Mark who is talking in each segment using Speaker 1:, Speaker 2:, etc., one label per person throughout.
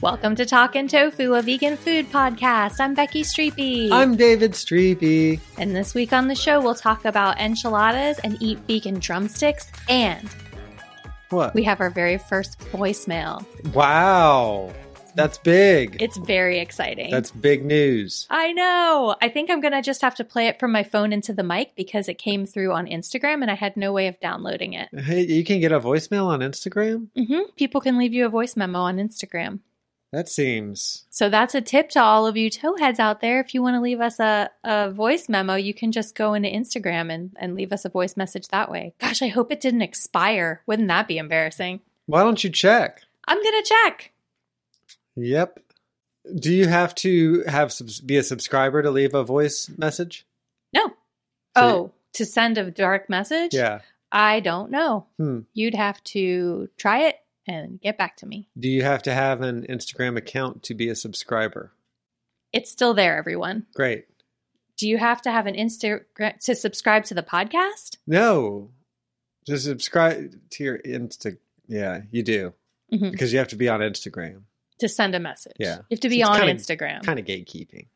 Speaker 1: Welcome to Talkin' Tofu, a vegan food podcast. I'm Becky Streepy.
Speaker 2: I'm David Streepy.
Speaker 1: and this week on the show, we'll talk about enchiladas and eat vegan drumsticks. And
Speaker 2: What?
Speaker 1: we have our very first voicemail.
Speaker 2: wow. That's big.
Speaker 1: It's very exciting.
Speaker 2: That's big news.
Speaker 1: I know. I think I'm going to just have to play it from my phone into the mic because it came through on Instagram and I had no way of downloading it.
Speaker 2: Hey, you can get a voicemail on Instagram?
Speaker 1: hmm People can leave you a voice memo on Instagram.
Speaker 2: That seems.
Speaker 1: So that's a tip to all of you towheads out there. If you want to leave us a, a voice memo, you can just go into Instagram and, and leave us a voice message that way. Gosh, I hope it didn't expire. Wouldn't that be embarrassing?
Speaker 2: Why don't you check?
Speaker 1: I'm going to check.
Speaker 2: Yep. Do you have to have subs- be a subscriber to leave a voice message?
Speaker 1: No. Oh, to send a direct message?
Speaker 2: Yeah.
Speaker 1: I don't know.
Speaker 2: Hmm.
Speaker 1: You'd have to try it and get back to me.
Speaker 2: Do you have to have an Instagram account to be a subscriber?
Speaker 1: It's still there, everyone.
Speaker 2: Great.
Speaker 1: Do you have to have an Instagram to subscribe to the podcast?
Speaker 2: No. Just subscribe to your Insta. Yeah, you do.
Speaker 1: Mhm.
Speaker 2: Because you have to be on Instagram.
Speaker 1: To send a message.
Speaker 2: Yeah.
Speaker 1: You have to be
Speaker 2: It's
Speaker 1: on
Speaker 2: kinda-
Speaker 1: Instagram.
Speaker 2: Kind of gatekeeping.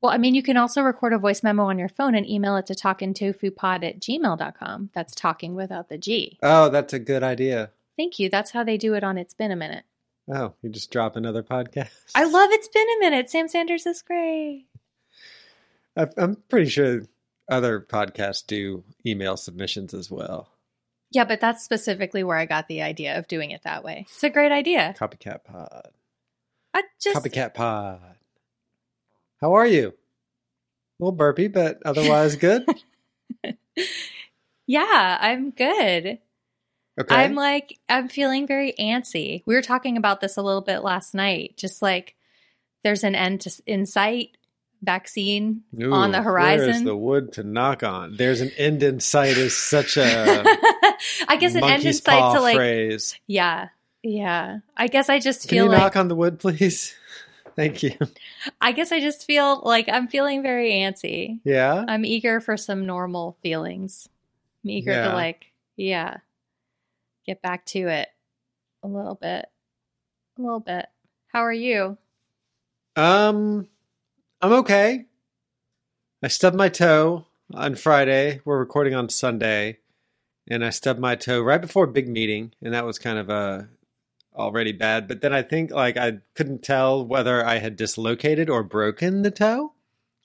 Speaker 1: Well, I mean, you can also record a voice memo on your phone and email it to talkingtofupod at gmail.com. That's talking without the G.
Speaker 2: Oh, that's a good idea.
Speaker 1: Thank you. That's how they do it on It's Been a Minute.
Speaker 2: Oh, you just drop another podcast.
Speaker 1: I love It's Been a Minute. Sam Sanders is great.
Speaker 2: I, I'm pretty sure other podcasts do email submissions as well.
Speaker 1: Yeah, but that's specifically where I got the idea of doing it that way. It's a great idea.
Speaker 2: Copycat Pod.
Speaker 1: I just
Speaker 2: Copycat Pod. How are you? A little burpy, but otherwise good.
Speaker 1: Yeah, I'm good.
Speaker 2: Okay.
Speaker 1: I'm like I'm feeling very antsy. We were talking about this a little bit last night. Just like there's an end to in sight vaccine
Speaker 2: Ooh,
Speaker 1: on the horizon.
Speaker 2: There's the wood to knock on. There's an end in sight is such a
Speaker 1: I guess an end in
Speaker 2: Uh, monkey's
Speaker 1: sight
Speaker 2: paw
Speaker 1: to like,
Speaker 2: phrase.
Speaker 1: yeah, yeah. I guess I just
Speaker 2: Can you
Speaker 1: feel like,
Speaker 2: knock on the wood, please? Thank you.
Speaker 1: I guess I just feel like I'm feeling very antsy.
Speaker 2: Yeah.
Speaker 1: I'm eager for some normal feelings. I'm eager to
Speaker 2: Yeah.
Speaker 1: like, yeah, get back to it a little bit, a little bit. How are you?
Speaker 2: Um, I'm okay. I stubbed my toe on Friday. We're recording on Sunday, and I stubbed my toe right before a big meeting, and that was kind of uh, already bad. But then I think like I couldn't tell whether I had dislocated or broken the toe,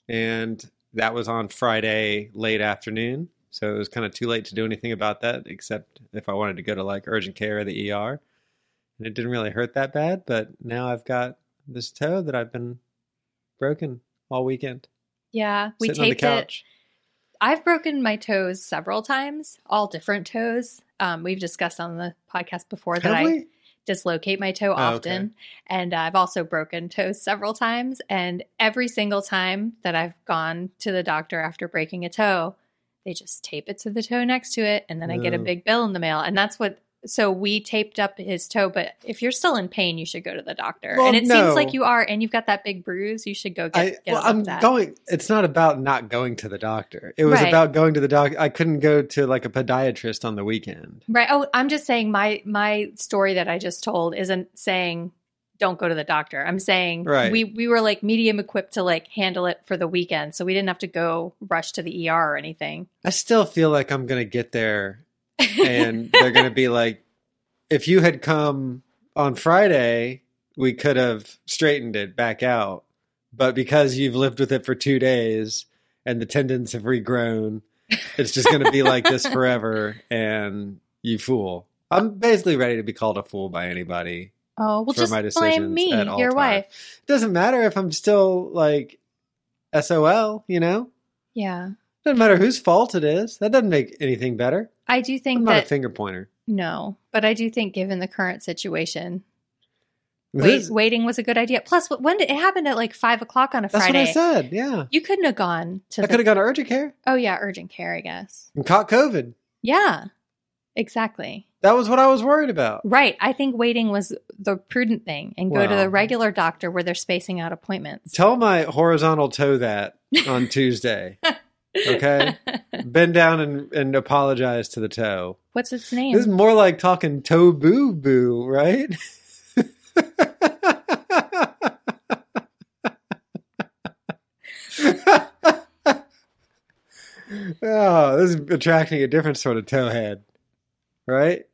Speaker 2: and that was on Friday late afternoon. So it was kind of too late to do anything about that, except if I wanted to go to like urgent care or the ER. And it didn't really hurt that bad, but now I've got this toe that I've been broken all weekend.
Speaker 1: Yeah, we
Speaker 2: sitting on the
Speaker 1: taped it.
Speaker 2: couch.
Speaker 1: I've broken my toes several times, all different toes. Um, we've discussed on the podcast before that
Speaker 2: Have
Speaker 1: I
Speaker 2: we?
Speaker 1: dislocate my toe
Speaker 2: Oh, okay.
Speaker 1: often and i've also broken toes several times and every single time that i've gone to the doctor after breaking a toe they just tape it to the toe next to it and then i get a
Speaker 2: No.
Speaker 1: big bill in the mail and that's what so we taped up his toe but if you're still in pain you should go to the doctor
Speaker 2: Well,
Speaker 1: and it
Speaker 2: no.
Speaker 1: seems like you are and you've got that big bruise you should go get,
Speaker 2: I
Speaker 1: get
Speaker 2: well,
Speaker 1: off
Speaker 2: I'm
Speaker 1: that.
Speaker 2: going. It's not about not going to the doctor. It was
Speaker 1: Right.
Speaker 2: about going to the doc. I couldn't go to like a podiatrist on the weekend.
Speaker 1: Right. Oh, I'm just saying my my story that I just told isn't saying don't go to the doctor. I'm saying
Speaker 2: Right.
Speaker 1: we we were like medium equipped to like handle it for the weekend, so we didn't have to go rush to the ER or anything.
Speaker 2: I still feel like I'm going to get there and they're going to be like, if you had come on Friday, we could have straightened it back out. But because you've lived with it for two days and the tendons have regrown, it's just going to be like this forever. And you fool. I'm basically ready to be called a fool by anybody.
Speaker 1: oh, well,
Speaker 2: for
Speaker 1: just
Speaker 2: my
Speaker 1: blame
Speaker 2: decisions
Speaker 1: me,
Speaker 2: at all
Speaker 1: your
Speaker 2: time.
Speaker 1: wife.
Speaker 2: It doesn't matter if I'm still like SOL, you know?
Speaker 1: Yeah,
Speaker 2: Doesn't matter whose fault it is. That doesn't make anything better.
Speaker 1: I do think
Speaker 2: I'm not a
Speaker 1: that
Speaker 2: finger pointer.
Speaker 1: no, but I do think given the current situation,
Speaker 2: This-
Speaker 1: wait, waiting was a good idea. Plus, wh- when did it happened at like five o'clock on a
Speaker 2: That's
Speaker 1: Friday?
Speaker 2: what I said. Yeah.
Speaker 1: You couldn't have gone to.
Speaker 2: I
Speaker 1: the,
Speaker 2: could have gone to urgent care
Speaker 1: Oh yeah, urgent care, I guess.
Speaker 2: and caught COVID.
Speaker 1: Yeah, exactly.
Speaker 2: That was what I was worried about.
Speaker 1: Right. I think waiting was the prudent thing and go to
Speaker 2: Wow.
Speaker 1: the regular doctor where they're spacing out appointments.
Speaker 2: Tell my horizontal toe that on Tuesday. Okay. Bend down and, and apologize to the toe.
Speaker 1: What's its name?
Speaker 2: This is more like talking toe boo boo, right? oh, this is attracting a different sort of toe head, right?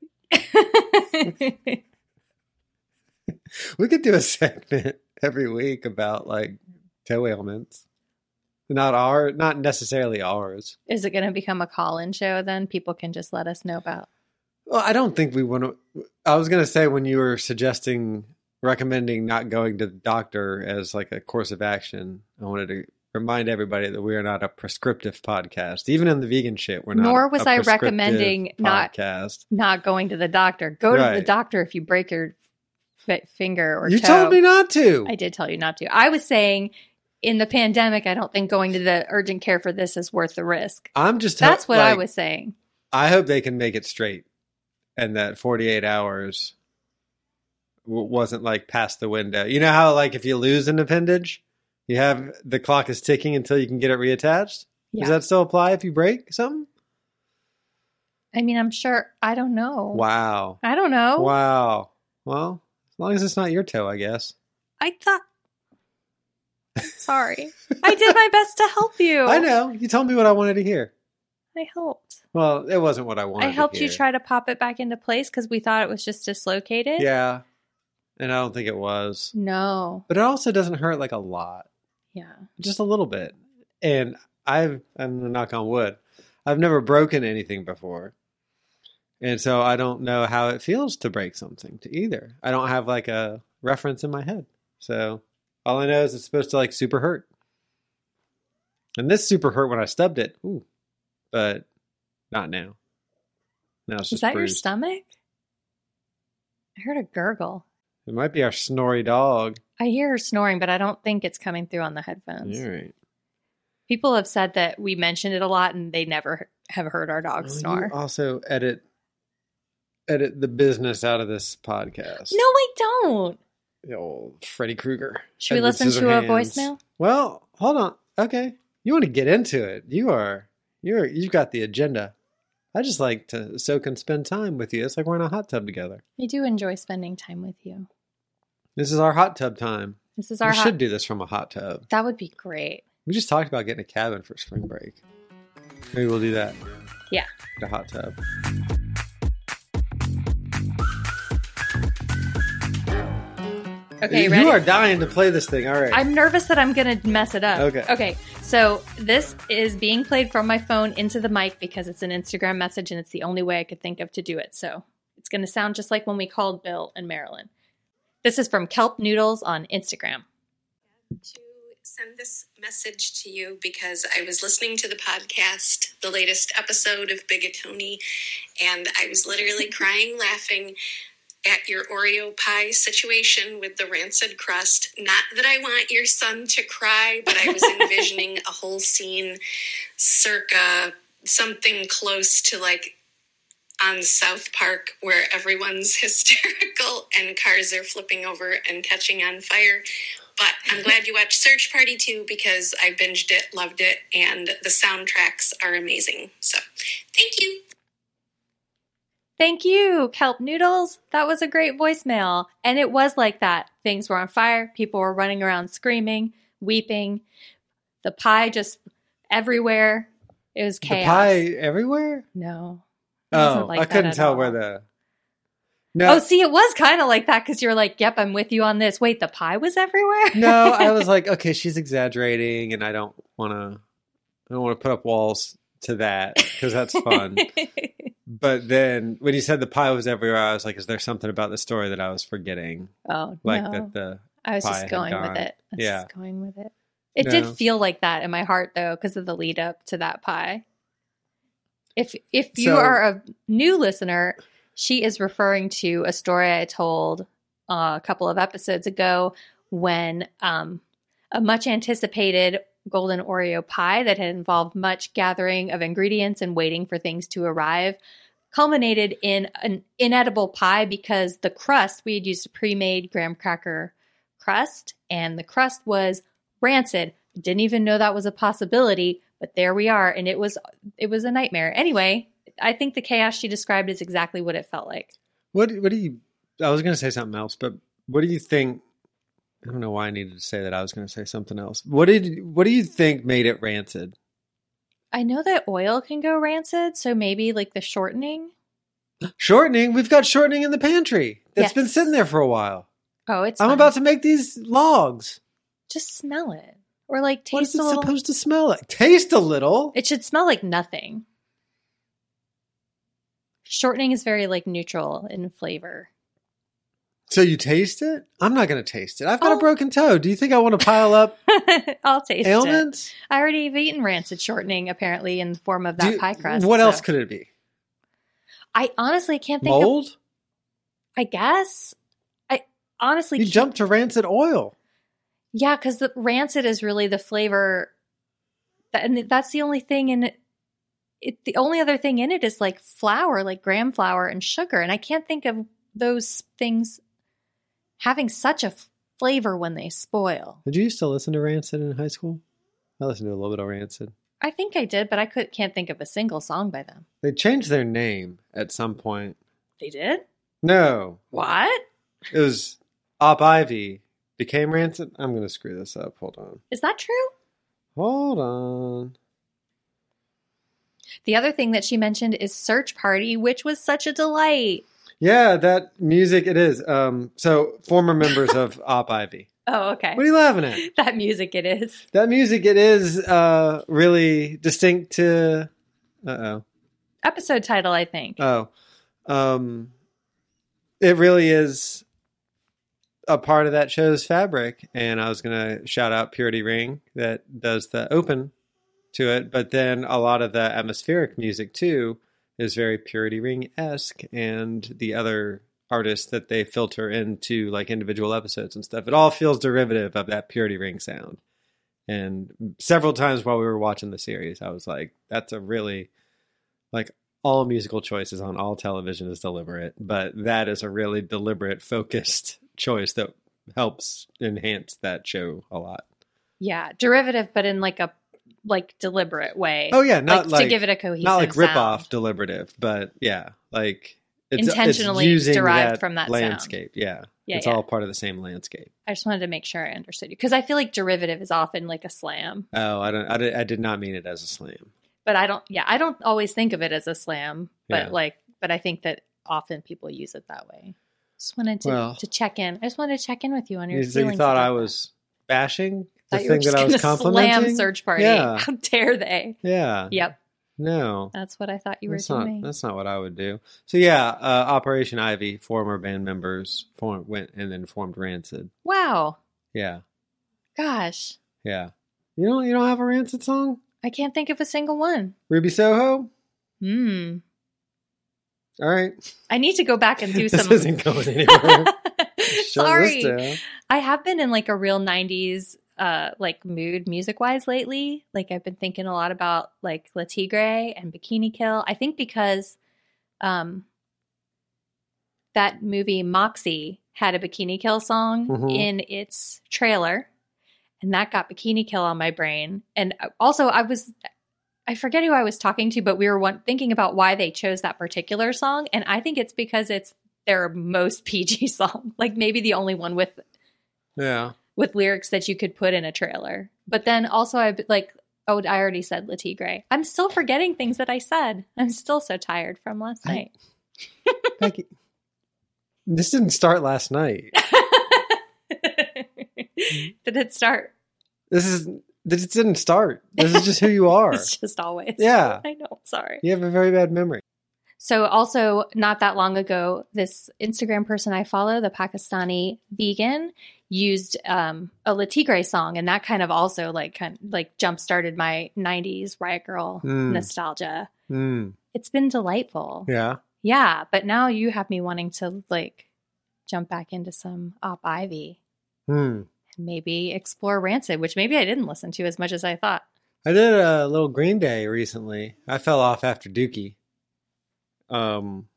Speaker 2: We could do a segment every week about like toe ailments. Not our, not necessarily ours.
Speaker 1: Is it going to become a call in show then? People can just let us know about.
Speaker 2: Well, I don't think we want to. I was going to say when you were suggesting, recommending not going to the doctor as like a course of action, I wanted to remind everybody that we are not a prescriptive podcast. Even in the vegan shit, we're not.
Speaker 1: Nor was
Speaker 2: a
Speaker 1: I
Speaker 2: prescriptive
Speaker 1: recommending not-
Speaker 2: podcast.
Speaker 1: Not going to the doctor. Go to the
Speaker 2: Right.
Speaker 1: doctor if you break your f- finger or
Speaker 2: You
Speaker 1: toe.
Speaker 2: told me not to.
Speaker 1: I did tell you not to. I was saying in the pandemic, I don't think going to the urgent care for this is worth the risk.
Speaker 2: I'm just. ho-
Speaker 1: That's what I
Speaker 2: like,
Speaker 1: was saying.
Speaker 2: I hope they can make it straight, and that 48 hours w- wasn't like past the window. You know how like if you lose an appendage, you have the clock is ticking until you can get it reattached.
Speaker 1: Yeah.
Speaker 2: Does that still apply if you break something?
Speaker 1: I mean, I'm sure. I don't know.
Speaker 2: Wow.
Speaker 1: I don't know.
Speaker 2: Wow. Well, as long as it's not your toe, I guess.
Speaker 1: I thought. Sorry. I did my best to help you.
Speaker 2: I know. You told me what I wanted to hear.
Speaker 1: I helped.
Speaker 2: Well, it wasn't what I wanted.
Speaker 1: I
Speaker 2: to
Speaker 1: helped you
Speaker 2: hear.
Speaker 1: try to pop it back into place because we thought it was just dislocated.
Speaker 2: Yeah. And I don't think it was.
Speaker 1: No.
Speaker 2: But it also doesn't hurt like a lot,
Speaker 1: Yeah.
Speaker 2: just a little bit. And I've, I'm gonna knock on wood, I've never broken anything before. And so I don't know how it feels to break something to either. I don't have like a reference in my head. So all I know is it's supposed to like super hurt. And this super hurt when I stubbed it. Ooh. But not now. Now it's just
Speaker 1: Is that your
Speaker 2: bruised.
Speaker 1: stomach? I heard a gurgle.
Speaker 2: It might be our snory dog.
Speaker 1: I hear her snoring, but I don't think it's coming through on the headphones.
Speaker 2: All right.
Speaker 1: People have said that we mentioned it a lot and they never have heard our dog
Speaker 2: Well, you
Speaker 1: snore.
Speaker 2: also edit edit the business out of this podcast.
Speaker 1: No, I don't.
Speaker 2: The old Freddy Krueger.
Speaker 1: Should we
Speaker 2: Edward
Speaker 1: listen to a
Speaker 2: Scissorhands.
Speaker 1: voicemail?
Speaker 2: Well, hold on. Okay, you want to get into it? You are you're you've got the agenda. I just like to soak and spend time with you. It's like we're in a hot tub together.
Speaker 1: I do enjoy spending time with you.
Speaker 2: This is our hot tub time.
Speaker 1: This is our
Speaker 2: we
Speaker 1: hot.
Speaker 2: should do this from a hot tub.
Speaker 1: That would be great.
Speaker 2: We just talked about getting a cabin for spring break. Maybe we'll do that.
Speaker 1: Yeah.
Speaker 2: Get a hot tub.
Speaker 1: Okay,
Speaker 2: you
Speaker 1: ready?
Speaker 2: are dying to play this thing. All right.
Speaker 1: I'm nervous that I'm gonna mess it up.
Speaker 2: Okay.
Speaker 1: Okay. So this is being played from my phone into the mic because it's an Instagram message and it's the only way I could think of to do it. So it's gonna sound just like when we called Bill and Marilyn. This is from Kelp Noodles on Instagram.
Speaker 3: to send this message to you because I was listening to the podcast, the latest episode of Bigatoni, and I was literally crying laughing at your Oreo pie situation with the rancid crust. Not that I want your son to cry, but I was envisioning a whole scene circa something close to like on South Park where everyone's hysterical and cars are flipping over and catching on fire. But I'm glad you watched Search Party 2 because I binged it, loved it, and the soundtracks are amazing. So thank you.
Speaker 1: Thank you, Kelp Noodles. That was a great voicemail. And it was like that. Things were on fire. People were running around screaming, weeping. The pie just everywhere. It was chaos.
Speaker 2: The pie everywhere?
Speaker 1: No. It wasn't
Speaker 2: Oh,
Speaker 1: like
Speaker 2: I
Speaker 1: that
Speaker 2: couldn't
Speaker 1: at
Speaker 2: tell
Speaker 1: all.
Speaker 2: where the. No,
Speaker 1: Oh, see, it was kind of like that because you're like, yep, I'm with you on this. Wait, the pie was everywhere?
Speaker 2: no, I was like, okay, she's exaggerating, and I don't want to. I don't want to put up walls to that because that's fun. but then when you said the pie was everywhere, I was like, is there something about the story that I was forgetting?
Speaker 1: oh,
Speaker 2: Like
Speaker 1: no.
Speaker 2: that the
Speaker 1: I was
Speaker 2: pie
Speaker 1: just
Speaker 2: had
Speaker 1: going with
Speaker 2: gone.
Speaker 1: it. I was
Speaker 2: Yeah.
Speaker 1: just going with it. It
Speaker 2: No.
Speaker 1: did feel like that in my heart though, because of the lead up to that pie. If if you
Speaker 2: So-
Speaker 1: are a new listener, she is referring to a story I told uh, a couple of episodes ago when um, a much anticipated golden Oreo pie that had involved much gathering of ingredients and waiting for things to arrive culminated in an inedible pie because the crust we had used a pre-made graham cracker crust and the crust was rancid didn't even know that was a possibility but there we are and it was it was a nightmare anyway i think the chaos she described is exactly what it felt like
Speaker 2: What what do you I was gonna say something else, but what do you think I don't know why I needed to say that I was gonna say something else. What did what do you think made it rancid?
Speaker 1: i know that oil can go rancid so maybe like the shortening
Speaker 2: Shortening, we've got shortening in the pantry. That's been
Speaker 1: Yes.
Speaker 2: sitting there for a while.
Speaker 1: oh it's
Speaker 2: I'm
Speaker 1: fine.
Speaker 2: about to make these logs.
Speaker 1: just smell it or like
Speaker 2: what is
Speaker 1: taste
Speaker 2: it
Speaker 1: a little
Speaker 2: supposed to smell like? Taste a little.
Speaker 1: It should smell like nothing. Shortening is very like neutral in flavor.
Speaker 2: so you taste it? I'm not gonna taste it. I've got
Speaker 1: Oh.
Speaker 2: a broken toe. Do you think I want to pile up
Speaker 1: I'll taste it.
Speaker 2: ailments?
Speaker 1: I already have eaten rancid shortening apparently in the form of
Speaker 2: Do
Speaker 1: that
Speaker 2: you-
Speaker 1: pie crust.
Speaker 2: What
Speaker 1: so-
Speaker 2: else could it be?
Speaker 1: I honestly can't think of
Speaker 2: Mold?
Speaker 1: I guess I honestly
Speaker 2: you
Speaker 1: can't-
Speaker 2: jumped to rancid oil.
Speaker 1: Yeah, cuz the rancid is really the flavor that, and that's the only thing in it, it the only other thing in it is like flour, like graham flour and sugar, and I can't think of those things having such a f- flavor when they spoil.
Speaker 2: Did you used to listen to Rancid in high school? I listened to a little bit of Rancid.
Speaker 1: I think I did, but I could, can't think of a single song by them.
Speaker 2: They changed their name at some point.
Speaker 1: They did?
Speaker 2: No,
Speaker 1: What?
Speaker 2: it was Op Ivy became Rancid. I'm going to screw this up. Hold on.
Speaker 1: Is that true?
Speaker 2: Hold on.
Speaker 1: The other thing that she mentioned is Search Party, which was such a delight.
Speaker 2: Yeah, that music it is. Um, so former members of Op Ivy.
Speaker 1: Oh, okay.
Speaker 2: What are you laughing at?
Speaker 1: that music it is.
Speaker 2: That music it is uh, really distinct to. Uh oh.
Speaker 1: Episode title, I think.
Speaker 2: Oh, um, it really is a part of that show's fabric. And I was gonna shout out Purity Ring that does the open to it, but then a lot of the atmospheric music too is very Purity Ring esque, and the other artists that they filter into like individual episodes and stuff. It all feels derivative of that Purity Ring sound. And several times while we were watching the series, I was like, "That's a really like all musical choices on all television is deliberate, but that is a really deliberate, focused choice that helps enhance that show a lot.
Speaker 1: yeah, derivative, but in like a like deliberate way.
Speaker 2: Oh yeah, not like,
Speaker 1: to give it a cohesive
Speaker 2: not like rip off
Speaker 1: sound.
Speaker 2: deliberative, but yeah, like
Speaker 1: Intentionally derived from that sound.
Speaker 2: landscape. Yeah,
Speaker 1: Yeah,
Speaker 2: it's
Speaker 1: yeah.
Speaker 2: all part of the same landscape.
Speaker 1: I just wanted to make sure I understood you because I feel like derivative is often like a slam,
Speaker 2: Oh, I don't, I did, I did not mean it as a slam.
Speaker 1: but I don't. Yeah, I don't always think of it as a slam, but
Speaker 2: Yeah.
Speaker 1: like, but I think that often people use it that way. Just wanted to,
Speaker 2: Well-
Speaker 1: to check in. I just wanted to check in with you on your
Speaker 2: You, so you
Speaker 1: feelings.
Speaker 2: thought
Speaker 1: about
Speaker 2: I
Speaker 1: that.
Speaker 2: was bashing the
Speaker 1: Thought you were
Speaker 2: thing that I was
Speaker 1: just gonna
Speaker 2: complimenting?
Speaker 1: Slam search party.
Speaker 2: Yeah.
Speaker 1: How dare they?
Speaker 2: Yeah.
Speaker 1: Yep,
Speaker 2: No.
Speaker 1: that's what I thought you were
Speaker 2: that's
Speaker 1: doing.
Speaker 2: Not, that's not what I would do. So yeah, uh, Operation Ivy, former band members form, went and then formed Rancid.
Speaker 1: wow,
Speaker 2: Yeah,
Speaker 1: gosh,
Speaker 2: yeah. You don't you don't have a Rancid song?
Speaker 1: I can't think of a single one.
Speaker 2: Ruby Soho.
Speaker 1: Hmm.
Speaker 2: All right,
Speaker 1: I need to go back and do
Speaker 2: this
Speaker 1: some.
Speaker 2: isn't going anywhere. Shut this
Speaker 1: Sorry,
Speaker 2: down.
Speaker 1: I have been in like a real '90s uh like mood music wise lately. Like I've been thinking a lot about like La Tigre and Bikini Kill. I think because um that movie Moxie had a Bikini Kill song
Speaker 2: Mhm.
Speaker 1: in its trailer, and that got Bikini Kill on my brain. And also, uh, I was I forget who I was talking to, but we were one, thinking about why they chose that particular song, and I think it's because it's their most PG song, like maybe the only one with
Speaker 2: Yeah.
Speaker 1: with lyrics that you could put in a trailer. But then also, I like oh, I already said Latigre. I'm still forgetting things that I said. I'm still so tired from last
Speaker 2: I-
Speaker 1: night.
Speaker 2: Becky, this didn't start last night.
Speaker 1: Did it start?
Speaker 2: This is this didn't start. This is just who you are.
Speaker 1: It's just always.
Speaker 2: Yeah.
Speaker 1: I know. Sorry.
Speaker 2: You have a very bad memory.
Speaker 1: So, also not that long ago, this Instagram person I follow, the Pakistani vegan, used um, a La Tigre song, and that kind of also like kind like jump started my '90s riot girl
Speaker 2: Mm.
Speaker 1: nostalgia.
Speaker 2: Mm,
Speaker 1: It's been delightful, yeah.
Speaker 2: yeah.
Speaker 1: But now you have me wanting to like jump back into some Op Ivy
Speaker 2: Mm.
Speaker 1: and maybe explore Rancid, which maybe I didn't listen to as much as I thought.
Speaker 2: I did a little Green Day recently. I fell off after Dookie. Um,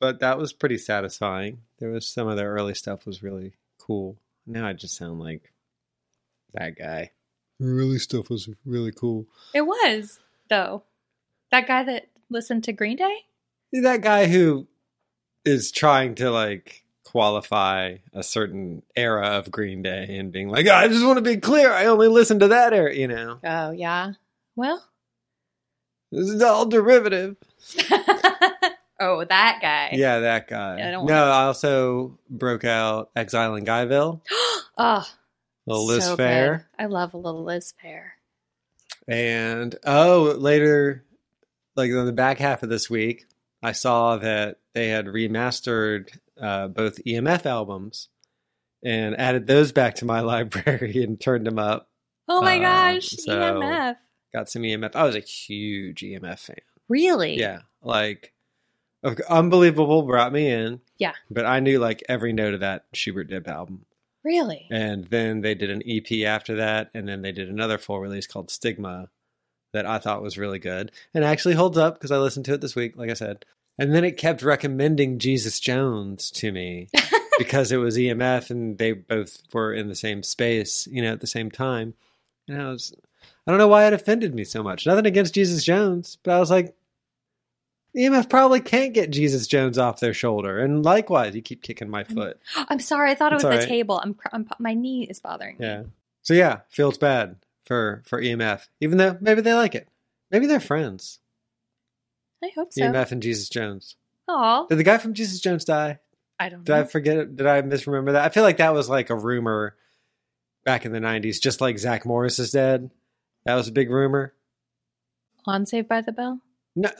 Speaker 2: but that was pretty satisfying. There was some of their early stuff was really cool. Now I just sound like that guy. The early stuff was really cool.
Speaker 1: It was though that guy that listened to Green Day.
Speaker 2: That guy who is trying to like qualify a certain era of Green Day and being like, I just want to be clear, I only listen to that era, you know.
Speaker 1: Oh yeah. Well,
Speaker 2: This is all derivative.
Speaker 1: oh, that guy.
Speaker 2: Yeah, that guy.
Speaker 1: Yeah, I
Speaker 2: no,
Speaker 1: don't wanna-
Speaker 2: I also broke out Exile in Guyville,
Speaker 1: oh,
Speaker 2: little Liz
Speaker 1: so
Speaker 2: Fair,
Speaker 1: good. I love a little Liz Fair.
Speaker 2: and oh, later, like in the back half of this week, I saw that they had remastered uh, both EMF albums and added those back to my library and turned them up.
Speaker 1: Oh my
Speaker 2: Uh,
Speaker 1: gosh,
Speaker 2: so-
Speaker 1: EMF.
Speaker 2: Got some EMF. I was a huge EMF fan.
Speaker 1: Really?
Speaker 2: Yeah, like okay, unbelievable brought me in.
Speaker 1: Yeah.
Speaker 2: but I knew like every note of that Schubert Dip album.
Speaker 1: Really?
Speaker 2: And then they did an EP after that, and then they did another full release called Stigma that I thought was really good and actually holds up because I listened to it this week, like I said. And then it kept recommending Jesus Jones to me because it was EMF and they both were in the same space, you know, at the same time. And I was, I don't know why it offended me so much. Nothing against Jesus Jones, but I was like, EMF probably can't get Jesus Jones off their shoulder. And likewise, you keep kicking my foot.
Speaker 1: I'm sorry. I thought it
Speaker 2: It's
Speaker 1: was the
Speaker 2: all right.
Speaker 1: table. I'm, cr- I'm pu- my knee is bothering me.
Speaker 2: Yeah. So yeah, feels bad for for EMF, even though maybe they like it. Maybe they're friends.
Speaker 1: I hope so.
Speaker 2: EMF and Jesus Jones.
Speaker 1: Oh,
Speaker 2: Did the guy from Jesus Jones die?
Speaker 1: I don't
Speaker 2: Did I
Speaker 1: know.
Speaker 2: forget? it? Did I misremember that? I feel like that was like a rumor back in the '90s, just like Zach Morris is dead. That was a big rumor.
Speaker 1: On Saved by the Bell.
Speaker 2: No,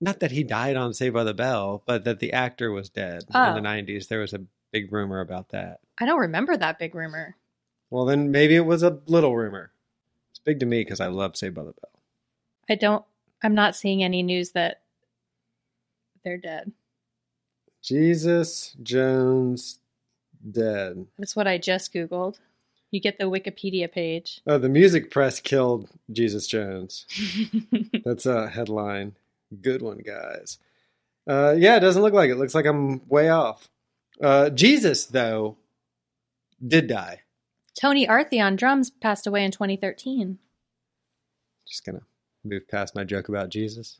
Speaker 2: not that he died on Saved by the Bell, but that the actor was dead
Speaker 1: Oh.
Speaker 2: in the '90s. There was a big rumor about that.
Speaker 1: I don't remember that big rumor.
Speaker 2: Well, then maybe it was a little rumor. It's big to me because I love Saved by the Bell.
Speaker 1: I don't. I'm not seeing any news that they're dead.
Speaker 2: Jesus Jones dead.
Speaker 1: That's what I just googled. You get the Wikipedia page.
Speaker 2: Oh, the music press killed Jesus Jones. That's a headline. Good one, guys. Uh, yeah, it doesn't look like it. Looks like I'm way off. Uh, Jesus, though, did die.
Speaker 1: Tony Arthey on drums passed away in 2013.
Speaker 2: Just gonna move past my joke about Jesus.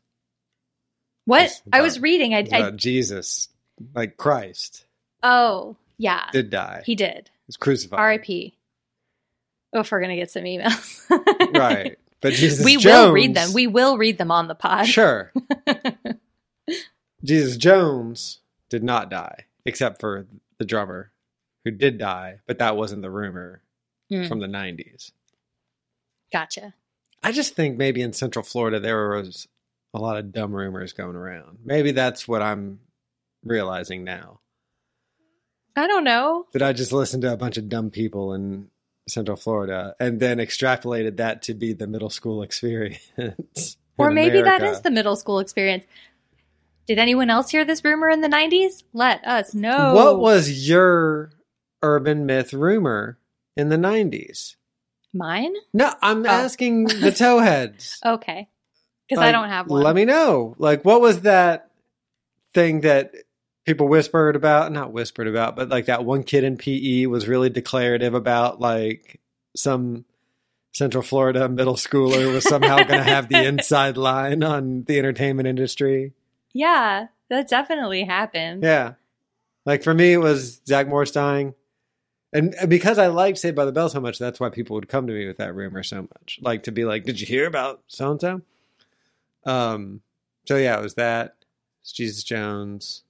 Speaker 1: What?
Speaker 2: It's
Speaker 1: I was
Speaker 2: about-
Speaker 1: reading. I,
Speaker 2: It's
Speaker 1: I
Speaker 2: about Jesus, like Christ,
Speaker 1: oh yeah,
Speaker 2: did die. He
Speaker 1: he did.
Speaker 2: was crucified.
Speaker 1: R.I.P. Oh, if we're gonna get some emails,
Speaker 2: Right, but Jesus.
Speaker 1: we
Speaker 2: Jones,
Speaker 1: will read them. We will read them on the pod.
Speaker 2: Sure. Jesus Jones did not die, except for the drummer who did die, but that wasn't the rumor
Speaker 1: Mm.
Speaker 2: from the 90s.
Speaker 1: Gotcha.
Speaker 2: I just think maybe in Central Florida there was a lot of dumb rumors going around. Maybe that's what I'm realizing now.
Speaker 1: I don't know.
Speaker 2: That I just listened to a bunch of dumb people in Central Florida and then extrapolated that to be the middle school experience.
Speaker 1: Or
Speaker 2: in
Speaker 1: maybe that
Speaker 2: America.
Speaker 1: is the middle school experience. Did anyone else hear this rumor in the 90s? Let us know.
Speaker 2: What was your urban myth rumor in the 90s?
Speaker 1: mine?
Speaker 2: No, I'm
Speaker 1: Oh.
Speaker 2: asking the towheads.
Speaker 1: Okay. Because I
Speaker 2: Like,
Speaker 1: don't have one.
Speaker 2: Let me know. Like, what was that thing that people whispered about? Not whispered about, E but like that one kid in PE was really declarative about like some Central Florida middle schooler was somehow going to have the inside line on the entertainment industry.
Speaker 1: Yeah, that definitely happened.
Speaker 2: Yeah. Like for me, it was Zach Morris dying. And and because I liked Saved by the Bell so much, that's why people would come to me with that rumor so much. Like to be like, did you hear about so and so? Um, so yeah, it was that. It's Jesus Jones.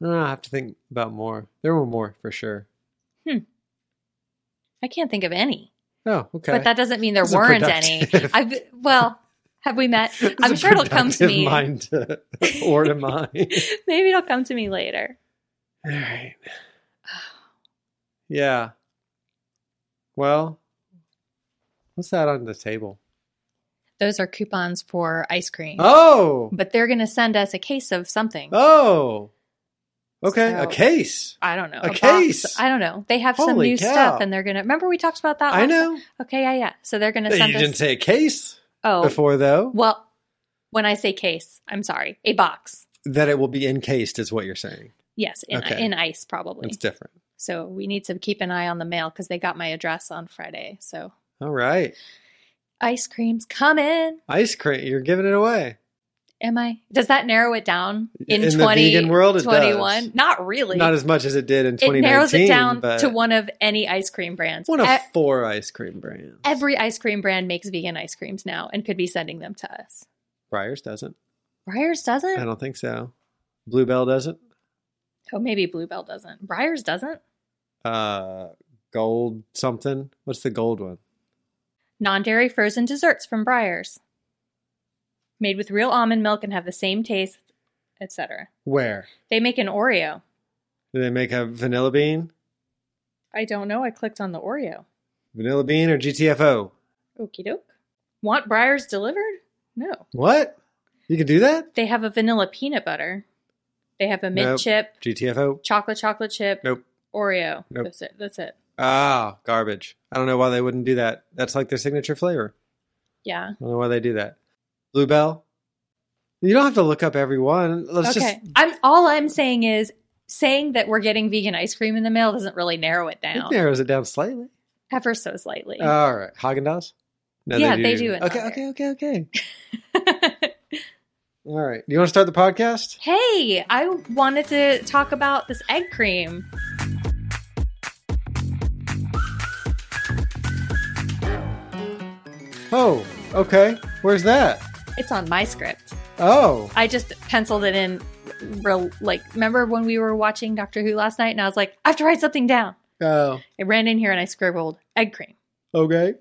Speaker 2: I don't know, I Uh, have to think about more. There were more for sure.
Speaker 1: I can't think of any,
Speaker 2: Oh, okay.
Speaker 1: but that doesn't mean there
Speaker 2: This is a
Speaker 1: weren't any.
Speaker 2: productive-
Speaker 1: I've well, have we met?
Speaker 2: This
Speaker 1: I'm
Speaker 2: is a
Speaker 1: sure it'll come to
Speaker 2: productive
Speaker 1: me.
Speaker 2: Mind to, or to mine.
Speaker 1: Maybe it'll come to me later.
Speaker 2: All right. Yeah. Well, what's that on the table?
Speaker 1: Those are coupons for ice cream.
Speaker 2: Oh.
Speaker 1: But they're going to send us a case of something.
Speaker 2: Oh. Okay, a
Speaker 1: So-
Speaker 2: case.
Speaker 1: I don't know.
Speaker 2: A
Speaker 1: box.
Speaker 2: case.
Speaker 1: I don't know. They have some
Speaker 2: Holy
Speaker 1: new
Speaker 2: cow.
Speaker 1: stuff and they're going to Remember we talked about that
Speaker 2: I
Speaker 1: last
Speaker 2: know.
Speaker 1: Okay, yeah, yeah. So they're going to
Speaker 2: You
Speaker 1: send
Speaker 2: didn't
Speaker 1: us
Speaker 2: say case
Speaker 1: Oh.
Speaker 2: before though.
Speaker 1: Well, when I say case, I'm sorry. A box.
Speaker 2: That it will be encased is what you're saying.
Speaker 1: Yes, in,
Speaker 2: Okay.
Speaker 1: in ice probably.
Speaker 2: It's different.
Speaker 1: So we need to keep an eye on the mail cuz they got my address on Friday. So
Speaker 2: All right.
Speaker 1: ice cream's coming.
Speaker 2: Ice cream, you're giving it away.
Speaker 1: Am I? Does that narrow it down in,
Speaker 2: In the
Speaker 1: 20
Speaker 2: vegan world, it does.
Speaker 1: 21? Not really.
Speaker 2: Not as much as it did in
Speaker 1: it
Speaker 2: 2019.
Speaker 1: narrows it down
Speaker 2: but
Speaker 1: to one of any ice cream brands.
Speaker 2: one of
Speaker 1: E-
Speaker 2: four ice cream brands.
Speaker 1: every ice cream brand makes vegan ice creams now and could be sending them to us.
Speaker 2: Friars doesn't.
Speaker 1: Briars
Speaker 2: I
Speaker 1: doesn't?
Speaker 2: don't think so. Bluebell doesn't.
Speaker 1: Oh, maybe Bluebell doesn't. Briars doesn't.
Speaker 2: Uh, gold something. What's the gold one?
Speaker 1: Non dairy frozen desserts from Briars. Made with real almond milk and have the same taste, etc.
Speaker 2: Where
Speaker 1: They make an Oreo.
Speaker 2: do they make a vanilla bean?
Speaker 1: I don't know. I clicked on the Oreo.
Speaker 2: Vanilla bean or GTFO?
Speaker 1: Okie doke. Want Briars delivered? No.
Speaker 2: What? You can do that?
Speaker 1: They have a vanilla peanut butter. They have a mint
Speaker 2: Nope.
Speaker 1: chip,
Speaker 2: GTFO?
Speaker 1: chocolate chocolate chip,
Speaker 2: Nope.
Speaker 1: Oreo.
Speaker 2: Nope.
Speaker 1: That's it. That's it.
Speaker 2: Ah, garbage. I don't know why they wouldn't do that. That's like their signature flavor.
Speaker 1: Yeah.
Speaker 2: I don't know why they do that. Bluebell. You don't have to look up every one. Let's
Speaker 1: okay. I'm all I'm saying is saying that we're getting vegan ice cream in the mail doesn't really narrow it
Speaker 2: just it
Speaker 1: down
Speaker 2: narrows it down slightly.
Speaker 1: ever so slightly.
Speaker 2: All right, Haagen Dazs.
Speaker 1: Yeah, they do it
Speaker 2: Okay,
Speaker 1: on
Speaker 2: okay, okay, okay. Uh, All right. Do you want to start the podcast?
Speaker 1: hey, I wanted to talk about this egg cream.
Speaker 2: Oh, okay. Where's that?
Speaker 1: It's on my script.
Speaker 2: Oh,
Speaker 1: I just penciled it in real like remember when we were watching Doctor Who last night and I was like, I have to write something down.
Speaker 2: oh,
Speaker 1: I ran in here and I scribbled egg cream.
Speaker 2: okay.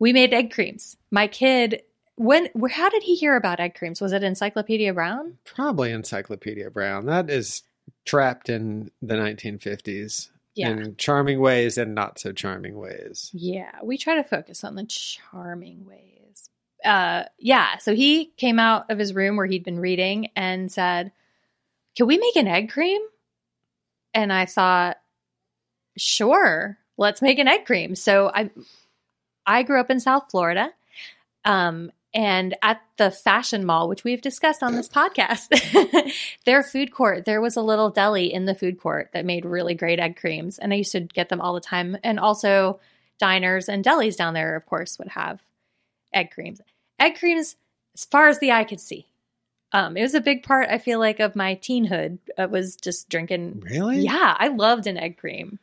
Speaker 1: We made egg creams. My kid when where, how did he hear about egg creams? Was it Encyclopedia Brown?
Speaker 2: Probably Encyclopedia Brown. That is trapped in the 1950s
Speaker 1: Yeah.
Speaker 2: in charming ways and not so charming ways.
Speaker 1: Yeah, we try to focus on the charming ways. Uh, yeah, so he came out of his room where he'd been reading and said, Can we make an egg cream? And I thought, Sure, let's make an egg cream. So I, I grew up in South Florida. Um, and at the fashion mall, which we've discussed on this podcast, their food court, there was a little deli in the food court that made really great egg creams. And I used to get them all the time. And also, diners and delis down there, of course, would have egg creams. Egg creams, as far as the eye could see. Um, it was a big part, I feel like, of my teenhood. It was just drinking.
Speaker 2: Really?
Speaker 1: Yeah, I loved an egg cream.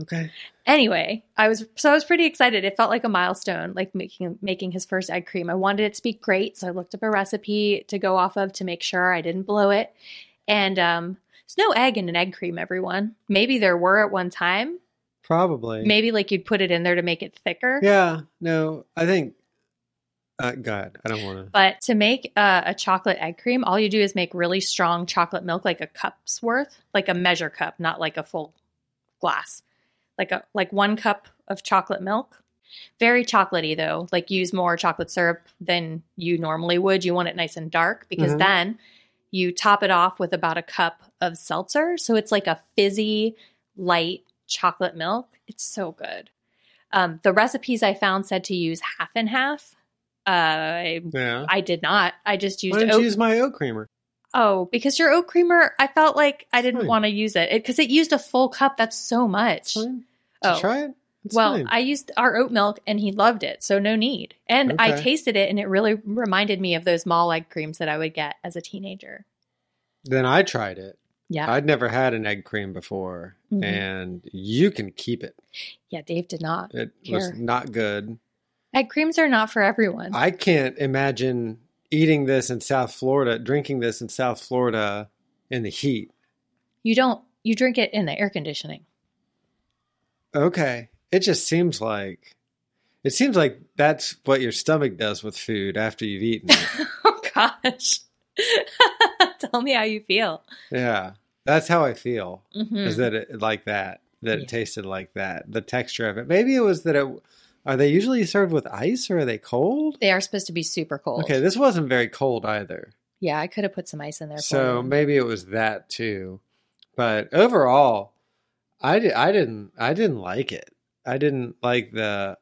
Speaker 2: Okay.
Speaker 1: Anyway, I was so I was pretty excited. It felt like a milestone, like making making his first egg cream. I wanted it to be great, so I looked up a recipe to go off of to make sure I didn't blow it. And um, there's no egg in an egg cream, everyone. Maybe there were at one time.
Speaker 2: Probably.
Speaker 1: Maybe like you'd put it in there to make it thicker.
Speaker 2: Yeah. No, I think. Uh, God, I don't want to.
Speaker 1: But to make uh, a chocolate egg cream, all you do is make really strong chocolate milk, like a cup's worth, like a measure cup, not like a full glass, like a like one cup of chocolate milk. Very chocolatey though. Like use more chocolate syrup than you normally would. You want it nice and dark because
Speaker 2: Mhm.
Speaker 1: then you top it off with about a cup of seltzer, so it's like a fizzy, light chocolate milk. It's so good. Um, the recipes I found said to use half and half. Uh, I
Speaker 2: Yeah.
Speaker 1: I did not. I just used
Speaker 2: Why didn't
Speaker 1: oat.
Speaker 2: you use my oat creamer?
Speaker 1: oh, because your oat creamer, I felt like I didn't
Speaker 2: Fine.
Speaker 1: want to use it because it, used a full cup. That's so much.
Speaker 2: It's fine. Did you
Speaker 1: Oh,
Speaker 2: Try it. It's
Speaker 1: well,
Speaker 2: fine.
Speaker 1: I used our oat milk and he loved it, so no need. And I
Speaker 2: Okay.
Speaker 1: tasted it and it really reminded me of those mall egg creams that I would get as a teenager.
Speaker 2: then I tried it.
Speaker 1: Yeah.
Speaker 2: I'd never had an egg cream before,
Speaker 1: Mhm.
Speaker 2: and you can keep it.
Speaker 1: yeah, Dave did not.
Speaker 2: It
Speaker 1: Here.
Speaker 2: was not good.
Speaker 1: Egg creams are not for everyone.
Speaker 2: I can't imagine eating this in South Florida, drinking this in South Florida in the heat.
Speaker 1: you don't you drink it in the air conditioning.
Speaker 2: Okay. It just seems like it seems like that's what your stomach does with food after you've eaten. it.
Speaker 1: oh gosh. Tell me how you feel.
Speaker 2: yeah. That's how I feel.
Speaker 1: Mhm.
Speaker 2: Is that it like that? That
Speaker 1: Yeah.
Speaker 2: it tasted like that. The texture of it. Maybe it was that it are they usually served with ice or are they cold?
Speaker 1: They are supposed to be super cold.
Speaker 2: Okay, this wasn't very cold either.
Speaker 1: Yeah, I could have put some ice in there.
Speaker 2: so
Speaker 1: for you.
Speaker 2: maybe it was that too. But overall, I di- I didn't I didn't like it. I didn't like the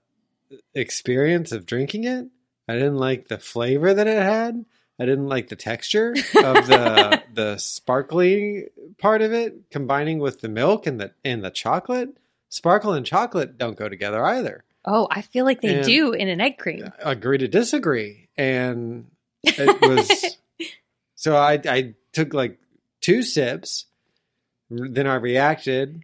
Speaker 2: uh, experience of drinking it. I didn't like the flavor that it had. I didn't like the texture of the the sparkly part of it combining with the milk and the and the chocolate. Sparkle and chocolate don't go together either.
Speaker 1: oh, I feel like they
Speaker 2: And-
Speaker 1: do in an egg cream.
Speaker 2: agree to disagree and it was so i i took like two sips r- then i reacted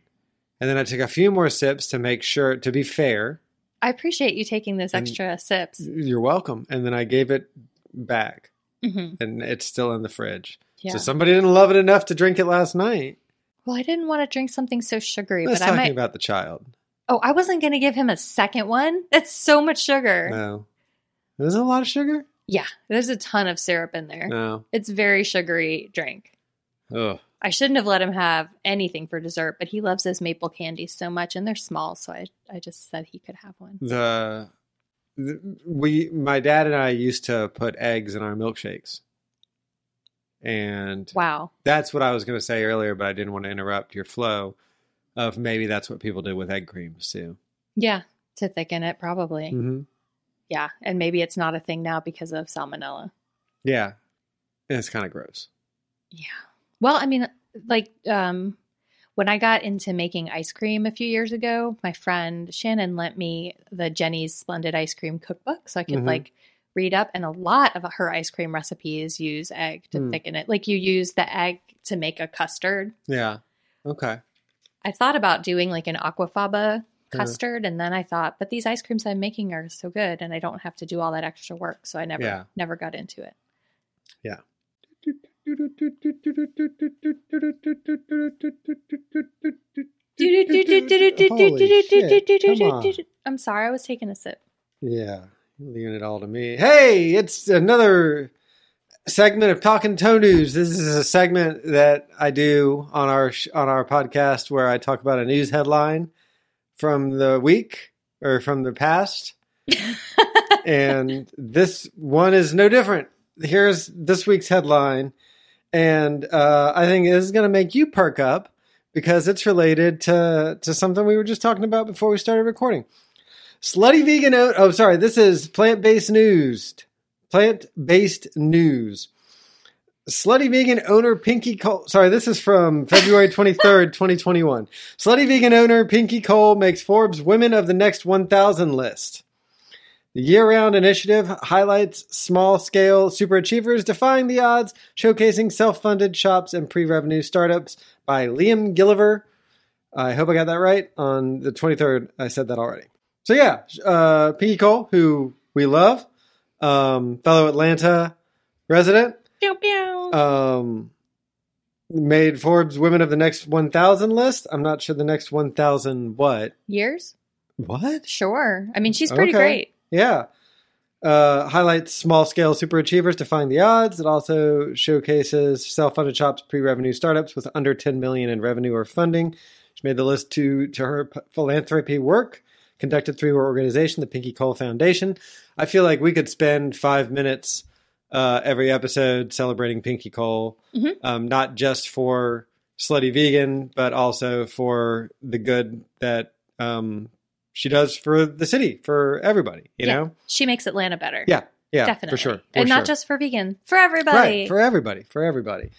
Speaker 2: and then i took a few more sips to make sure to be fair
Speaker 1: I appreciate you taking those
Speaker 2: And-
Speaker 1: extra sips.
Speaker 2: you're welcome and then i gave it back
Speaker 1: hmm
Speaker 2: and it's still in the fridge
Speaker 1: Yeah.
Speaker 2: so somebody didn't love it enough to drink it last night
Speaker 1: well, I didn't want to drink something so sugary,
Speaker 2: let's
Speaker 1: but I
Speaker 2: talking
Speaker 1: might.
Speaker 2: about the child
Speaker 1: oh, I wasn't going to give him a second one. That's so much sugar.
Speaker 2: no there's a lot of sugar
Speaker 1: Yeah, there's a ton of syrup in there.
Speaker 2: no
Speaker 1: It's very sugary drink.
Speaker 2: Ugh.
Speaker 1: I shouldn't have let him have anything for dessert, but he loves those maple candies so much, and they're small, so I, I just said he could have one.
Speaker 2: the th- we my dad and I used to put eggs in our milkshakes. And
Speaker 1: Wow.
Speaker 2: that's what I was going to say earlier, but I didn't want to interrupt your flow of maybe that's what people did with egg creams too.
Speaker 1: Yeah, to thicken it probably.
Speaker 2: Mm-hmm.
Speaker 1: Yeah, and maybe it's not a thing now because of salmonella.
Speaker 2: Yeah. And it's kind of gross.
Speaker 1: Yeah. Well, I mean, like um when I got into making ice cream a few years ago, my friend Shannon lent me the Jenny's Splendid Ice Cream cookbook so I could
Speaker 2: Mhm.
Speaker 1: like read up and a lot of her ice cream recipes use egg to
Speaker 2: Hmm.
Speaker 1: thicken it. Like you use the egg to make a custard.
Speaker 2: Yeah. Okay.
Speaker 1: I thought about doing like an aquafaba
Speaker 2: Yeah.
Speaker 1: custard and then I thought, but these ice creams I'm making are so good and I don't have to do all that extra work, so I never
Speaker 2: Yeah.
Speaker 1: never got into it.
Speaker 2: Holy shit. Come on.
Speaker 1: I'm sorry, I was taking a sip.
Speaker 2: Yeah, you're leaving it all to me. Hey, it's another segment of Talking Toe News. This is a segment that I do on our sh- on our podcast where I talk about a news headline from the week or from the past, and this one is no different. Here's this week's headline, and uh, I think this is going to make you perk up because it's related to to something we were just talking about before we started recording. Slutty vegan oat. Oh, sorry. This is plant based news. Plant based news. Slutty vegan owner Pinky Cole. Sorry, this is from February 23rd, 2021. Slutty vegan owner Pinky Cole makes Forbes Women of the Next 1000 list. The year round initiative highlights small scale super achievers defying the odds, showcasing self funded shops and pre revenue startups by Liam Gilliver. I hope I got that right. On the 23rd, I said that already. So yeah, uh, Pinky Cole, who we love, um, fellow Atlanta resident,
Speaker 1: Pew, pew.
Speaker 2: um, made Forbes Women of the Next 1,000 list. I'm not sure the next 1,000 what.
Speaker 1: Years?
Speaker 2: What?
Speaker 1: Sure. I mean, she's pretty
Speaker 2: Okay.
Speaker 1: great.
Speaker 2: Yeah. Uh, highlights small scale super achievers defying the odds. It also showcases self funded shops, pre revenue startups with under 10 million in revenue or funding. She made the list to, to her p- philanthropy work conducted through her organization, the Pinky Cole Foundation. I feel like we could spend five minutes uh, every episode celebrating Pinky Cole,
Speaker 1: Mhm.
Speaker 2: um, not just for Slutty Vegan, but also for the good that um, she does for the city, for everybody, you
Speaker 1: Yeah.
Speaker 2: know?
Speaker 1: She makes Atlanta better.
Speaker 2: Yeah, yeah,
Speaker 1: Definitely.
Speaker 2: for sure, for
Speaker 1: and
Speaker 2: sure.
Speaker 1: not just for vegan, for everybody.
Speaker 2: right for everybody, for everybody.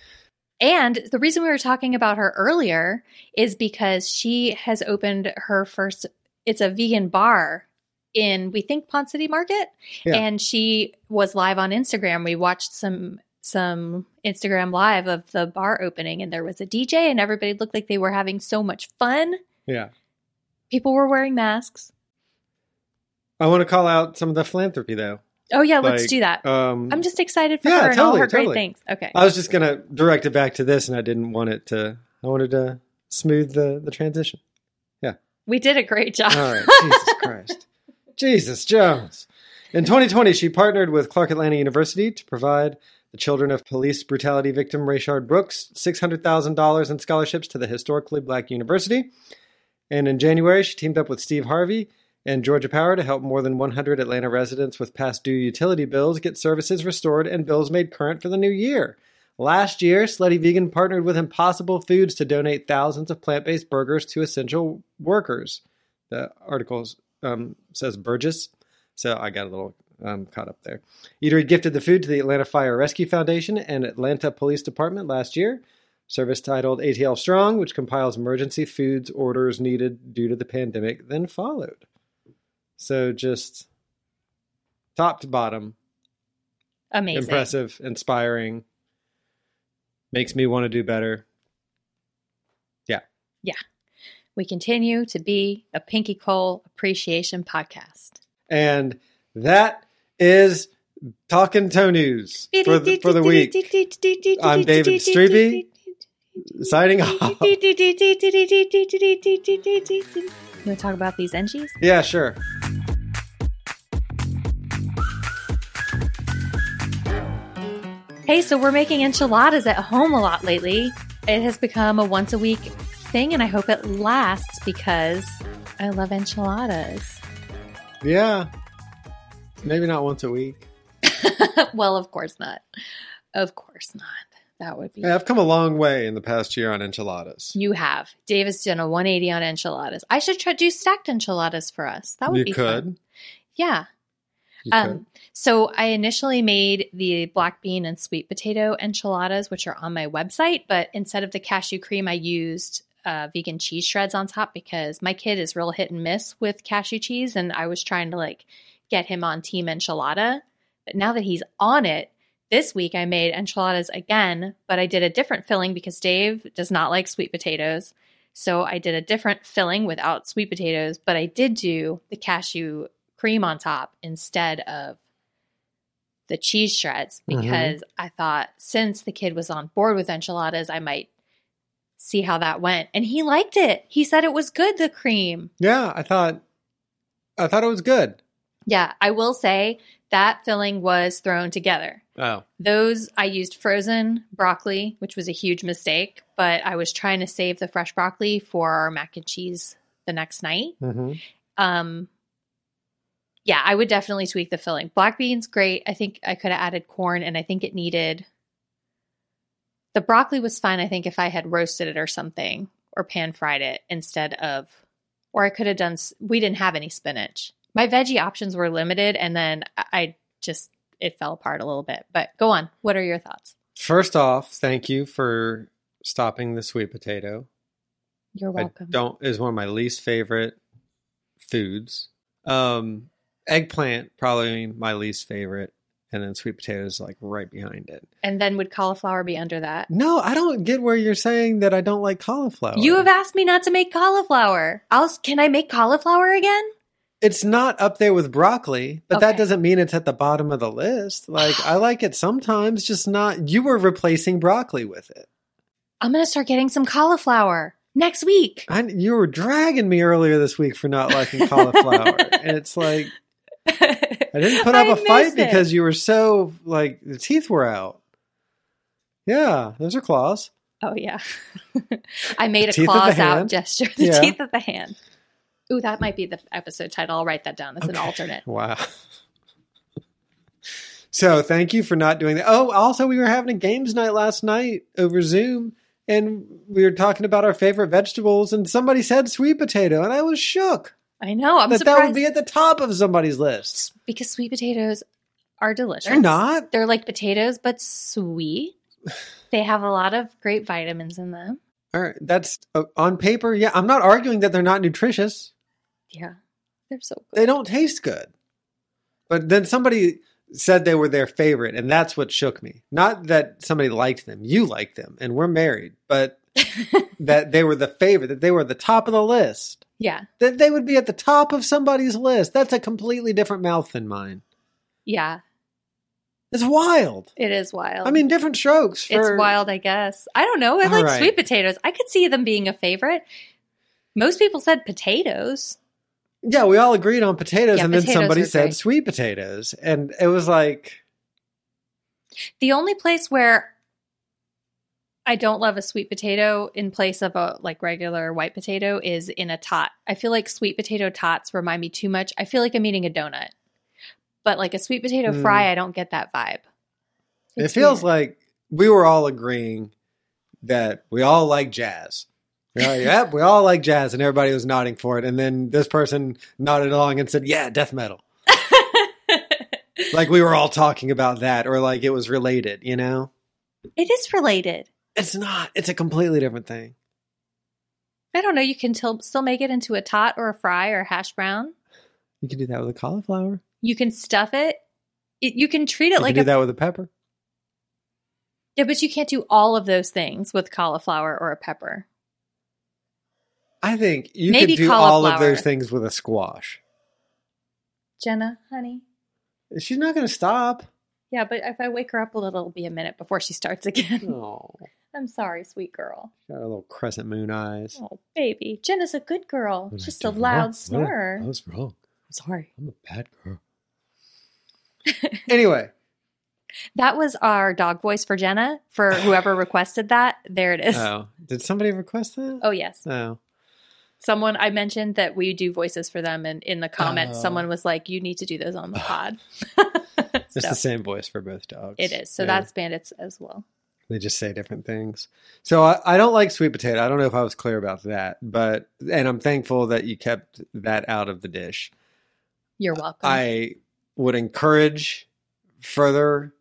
Speaker 1: and the reason we were talking about her earlier is because she has opened her first it's a vegan bar in we think Pond City Market,
Speaker 2: Yeah.
Speaker 1: and she was live on Instagram. We watched some some Instagram live of the bar opening, and there was a DJ, and everybody looked like they were having so much fun.
Speaker 2: Yeah.
Speaker 1: People were wearing masks.
Speaker 2: I want to call out some of the philanthropy though.
Speaker 1: Oh yeah, let's
Speaker 2: Like,
Speaker 1: do that.
Speaker 2: Um,
Speaker 1: I'm just excited for
Speaker 2: yeah,
Speaker 1: her and all
Speaker 2: totally,
Speaker 1: her
Speaker 2: totally. Uh,
Speaker 1: great things. Okay.
Speaker 2: I was just gonna direct it back to this, and I didn't want it to. I wanted to smooth the the transition.
Speaker 1: we did a great job.
Speaker 2: All right, Jesus Christ, Jesus Jones. In 2020, she partnered with Clark Atlanta University to provide the children of police brutality victim Rayshard Brooks $600,000 in scholarships to the historically black university. And in January, she teamed up with Steve Harvey and Georgia Power to help more than 100 Atlanta residents with past due utility bills get services restored and bills made current for the new year. Last year, Slutty Vegan partnered with Impossible Foods to donate thousands of plant based burgers to essential workers. The article um, says Burgess, so I got a little um, caught up there. Eatery gifted the food to the Atlanta Fire Rescue Foundation and Atlanta Police Department last year. Service titled ATL Strong, which compiles emergency foods orders needed due to the pandemic, then followed. So just top to bottom,
Speaker 1: Amazing.
Speaker 2: impressive, inspiring, makes me want to do better.
Speaker 1: We continue to be a Pinky Cole appreciation podcast.
Speaker 2: And that is Talking Toe News for the, for the week. I'm David Strebe, signing
Speaker 1: You
Speaker 2: off.
Speaker 1: want to talk about these NGs?
Speaker 2: Yeah, sure.
Speaker 1: Hey, so we're making enchiladas at home a lot lately. It has become a once a week thing, and I hope it lasts because I love enchiladas.
Speaker 2: Yeah. Maybe not once a week.
Speaker 1: well, of course not. Of course not. That would be.
Speaker 2: Yeah, I've come a long way in the past year on enchiladas.
Speaker 1: You have. Dave has done a 180 on enchiladas. I should try do stacked enchiladas for us. That would
Speaker 2: You
Speaker 1: be
Speaker 2: could.
Speaker 1: fun. Yeah.
Speaker 2: You could.
Speaker 1: Um, so I initially made the black bean and sweet potato enchiladas, which are on my website, but instead of the cashew cream, I used uh, vegan cheese shreds on top because my kid is real hit and miss with cashew cheese, and I was trying to like get him on team enchilada. But now that he's on it, this week I made enchiladas again, but I did a different filling because Dave does not like sweet potatoes. So I did a different filling without sweet potatoes, but I did do the cashew cream on top instead of the cheese shreds
Speaker 2: Mhm.
Speaker 1: because I thought since the kid was on board with enchiladas, I might see how that went. And he liked it. He said it was good, the cream.
Speaker 2: Yeah, I thought I thought it was good.
Speaker 1: Yeah, I will say that filling was thrown together.
Speaker 2: Oh.
Speaker 1: Those I used frozen broccoli, which was a huge mistake, but I was trying to save the fresh broccoli for our mac and cheese the next night.
Speaker 2: hmm
Speaker 1: Um yeah, I would definitely tweak the filling. Black beans great. I think I could have added corn and I think it needed the broccoli was fine I think if I had roasted it or something or pan fried it instead of or I could have done s- we didn't have any spinach. My veggie options were limited and then I- I just it fell apart a little bit. But go on. What are your thoughts?
Speaker 2: First off, thank you for stopping the sweet potato.
Speaker 1: You're welcome.
Speaker 2: I don't is one of my least favorite foods. Um, eggplant probably my least favorite, and then sweet potatoes like right behind it.
Speaker 1: And then would cauliflower be under that?
Speaker 2: No, I don't get where you're saying that I don't like cauliflower.
Speaker 1: You have asked me not to make cauliflower. I'll can I make cauliflower again?
Speaker 2: it's not up there with broccoli, but that
Speaker 1: Okay.
Speaker 2: doesn't mean it's at the bottom of the list. Like I like it sometimes, just not. You were replacing broccoli with it.
Speaker 1: I'm gonna start getting some cauliflower next week.
Speaker 2: I, you were dragging me earlier this week for not liking cauliflower, and it's like
Speaker 1: I
Speaker 2: I didn't put up a fight
Speaker 1: miss it.
Speaker 2: because you were so like the teeth were out. Yeah, those are claws.
Speaker 1: Oh yeah, I made
Speaker 2: teeth
Speaker 1: a
Speaker 2: of the
Speaker 1: claws out
Speaker 2: hand.
Speaker 1: gesture. The
Speaker 2: Yeah.
Speaker 1: teeth of the hand. Ooh, that might be the episode title. I'll write that down as an alternate.
Speaker 2: Wow. So thank you for not doing that. Oh, also we were having a games night last night over Zoom, and we were talking about our favorite vegetables, and somebody said sweet potato, and I was shook
Speaker 1: I know. I'm
Speaker 2: that
Speaker 1: surprised
Speaker 2: that would be at the top of somebody's list.
Speaker 1: because sweet potatoes are delicious.
Speaker 2: They're not.
Speaker 1: They're like potatoes, but sweet. They have a lot of great vitamins in them.
Speaker 2: All right, that's uh, on paper. Yeah, I'm not arguing that they're not nutritious.
Speaker 1: Yeah. They're so good.
Speaker 2: They don't taste good. But then somebody said they were their favorite, and that's what shook me. Not that somebody liked them. You like them, and we're married, but that they were the favorite, that they were the top of the list.
Speaker 1: Yeah.
Speaker 2: That they would be at the top of somebody's list. That's a completely different mouth than mine.
Speaker 1: Yeah.
Speaker 2: It's wild.
Speaker 1: It is wild.
Speaker 2: I mean, different strokes. For,
Speaker 1: it's wild, I guess. I don't know. I
Speaker 2: All
Speaker 1: like
Speaker 2: right.
Speaker 1: sweet potatoes. I could see them being a favorite. Most people said potatoes.
Speaker 2: Yeah, we all agreed on potatoes,
Speaker 1: Yeah,
Speaker 2: and then
Speaker 1: potatoes
Speaker 2: somebody
Speaker 1: were
Speaker 2: said
Speaker 1: great.
Speaker 2: sweet potatoes, and it was like,
Speaker 1: The only place where I don't love a sweet potato in place of a like regular white potato is in a tot. I feel like sweet potato tots remind me too much. I feel like I'm eating a donut. But like a sweet potato
Speaker 2: Mm.
Speaker 1: fry, I don't get that vibe.
Speaker 2: it feels like we were all agreeing that we all like jazz. We all, yep, we all like jazz, and everybody was nodding for it. And then this person nodded along and said, "Yeah, death metal." like we were all talking about that, or like it was related. You know,
Speaker 1: It is related.
Speaker 2: it's not. It's a completely different thing.
Speaker 1: I don't know. You can til- still make it into a tot or a fry or a hash brown.
Speaker 2: You can do that with a cauliflower.
Speaker 1: You can stuff it. it you can treat it
Speaker 2: You
Speaker 1: like
Speaker 2: can
Speaker 1: a
Speaker 2: do that with a pepper.
Speaker 1: Yeah, but you can't do all of those things with cauliflower or a pepper.
Speaker 2: I think you
Speaker 1: Maybe
Speaker 2: could do all of
Speaker 1: cauliflower.
Speaker 2: those things with a squash.
Speaker 1: Jenna, honey.
Speaker 2: She's not going to stop.
Speaker 1: Yeah, but if I wake her up a little, it'll be a minute before she starts again.
Speaker 2: Oh,
Speaker 1: I'm sorry, sweet girl.
Speaker 2: got her little crescent moon eyes.
Speaker 1: Oh, baby. Jenna's a good girl.
Speaker 2: What did I
Speaker 1: Just a
Speaker 2: do?
Speaker 1: loud
Speaker 2: What?
Speaker 1: snorer.
Speaker 2: What? I was wrong.
Speaker 1: sorry.
Speaker 2: I'm a bad girl. anyway,
Speaker 1: That was our dog voice for Jenna. For whoever requested that, there it is. Oh,
Speaker 2: oh, did somebody request that?
Speaker 1: yes.
Speaker 2: No.
Speaker 1: Someone, I mentioned that we do voices for them, and in the comments,
Speaker 2: Oh.
Speaker 1: someone was like, you need to do those on the pod.
Speaker 2: It's
Speaker 1: so
Speaker 2: the same voice for both dogs.
Speaker 1: it is. So
Speaker 2: Yeah.
Speaker 1: that's Bandits as well.
Speaker 2: they just say different things. So I, I don't like sweet potato. I don't know if I was clear about that, but and I'm thankful that you kept that out of the dish.
Speaker 1: You're welcome.
Speaker 2: I would encourage further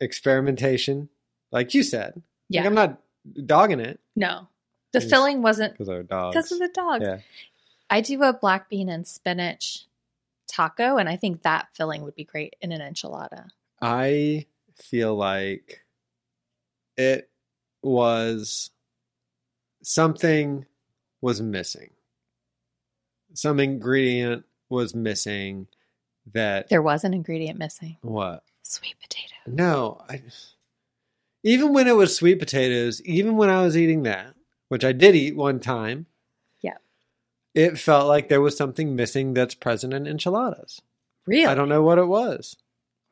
Speaker 2: experimentation, like you said. Like,
Speaker 1: yeah.
Speaker 2: I'm not dogging it
Speaker 1: No. The
Speaker 2: Yes.
Speaker 1: filling wasn't
Speaker 2: because they're dogs.
Speaker 1: because of the dogs.
Speaker 2: Yeah.
Speaker 1: I do a black bean and spinach taco, and I think that filling would be great in an enchilada.
Speaker 2: I feel like it was something was missing. Some ingredient was missing that
Speaker 1: There was an ingredient missing
Speaker 2: what?
Speaker 1: sweet potato.
Speaker 2: No, I even when it was sweet potatoes, even when I was eating that, which I did eat one time,
Speaker 1: Yeah.
Speaker 2: it felt like there was something missing that's present in enchiladas.
Speaker 1: Really?
Speaker 2: I don't know what it was.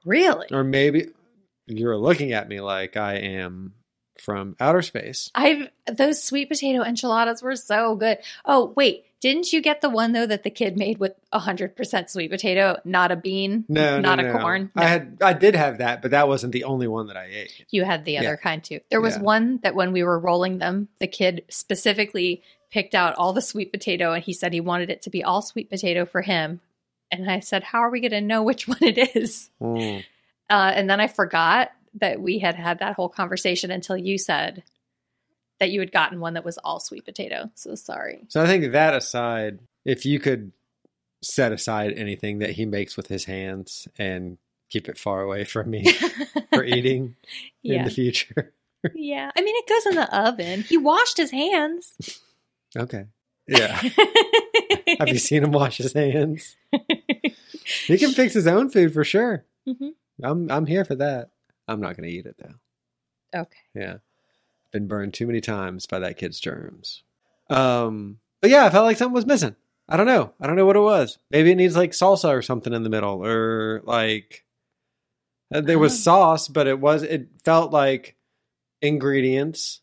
Speaker 1: really?
Speaker 2: Or maybe you're looking at me like I am from outer space.
Speaker 1: I've those sweet potato enchiladas were so good. Oh, wait. Didn't you get the one though that the kid made with 100% sweet potato, not a bean,
Speaker 2: No,
Speaker 1: not
Speaker 2: no,
Speaker 1: a
Speaker 2: no.
Speaker 1: corn?
Speaker 2: I had, I did have that, but that wasn't the only one that I ate.
Speaker 1: You had the other
Speaker 2: Yeah.
Speaker 1: kind too. There was
Speaker 2: Yeah.
Speaker 1: one that when we were rolling them, the kid specifically picked out all the sweet potato and he said he wanted it to be all sweet potato for him. And I said, How are we going to know which one it is?
Speaker 2: Mm.
Speaker 1: Uh, and then I forgot that we had had that whole conversation until you said that you had gotten one that was all sweet potato. So sorry.
Speaker 2: So I think that aside, if you could set aside anything that he makes with his hands and keep it far away from me for eating in
Speaker 1: yeah.
Speaker 2: the future.
Speaker 1: yeah. I mean, it goes in the oven. He washed his hands.
Speaker 2: Okay. Yeah. Have you seen him wash his hands? He can fix his own food for sure.
Speaker 1: Mhm.
Speaker 2: I'm I'm here for that. I'm not going to eat it though.
Speaker 1: Okay.
Speaker 2: Yeah. Been burned too many times by that kid's germs. Um, but yeah, I felt like something was missing. I don't know. I don't know what it was. Maybe it needs like salsa or something in the middle or like uh, there
Speaker 1: Oh.
Speaker 2: was sauce, but it was it felt like ingredients,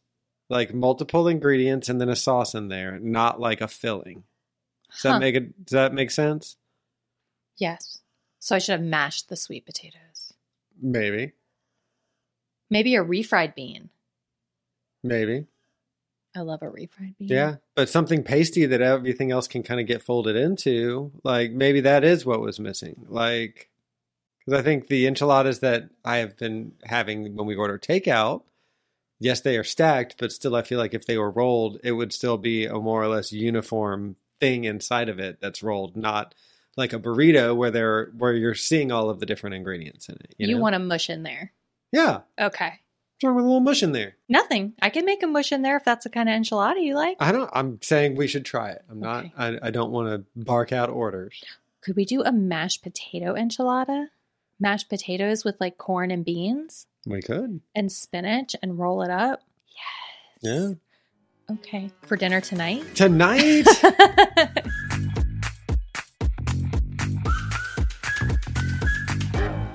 Speaker 2: like multiple ingredients and then a sauce in there, not like a filling. Does
Speaker 1: Huh.
Speaker 2: that make it does that make sense?
Speaker 1: Yes. So I should have mashed the sweet potatoes.
Speaker 2: Maybe.
Speaker 1: Maybe a refried bean.
Speaker 2: Maybe.
Speaker 1: I love a refried bean.
Speaker 2: Yeah, but something pasty that everything else can kind of get folded into. Like maybe that is what was missing. Like because I think the enchiladas that I have been having when we order takeout, yes, they are stacked, but still, I feel like if they were rolled, it would still be a more or less uniform thing inside of it that's rolled, not like a burrito where there where you're seeing all of the different ingredients in it. You,
Speaker 1: You,
Speaker 2: know?
Speaker 1: want a mush in there.
Speaker 2: yeah. What's
Speaker 1: Okay.
Speaker 2: wrong with a little mush in there?
Speaker 1: Nothing. I can make a mush in there if that's the kind of enchilada you like.
Speaker 2: I don't. I'm saying we should try it. I'm not.
Speaker 1: Okay.
Speaker 2: I, I don't want to bark out orders.
Speaker 1: Could we do a mashed potato enchilada? Mashed potatoes with like corn and beans
Speaker 2: We could.
Speaker 1: and spinach and roll it up.
Speaker 2: Yeah.
Speaker 1: Okay. For dinner tonight?
Speaker 2: Tonight.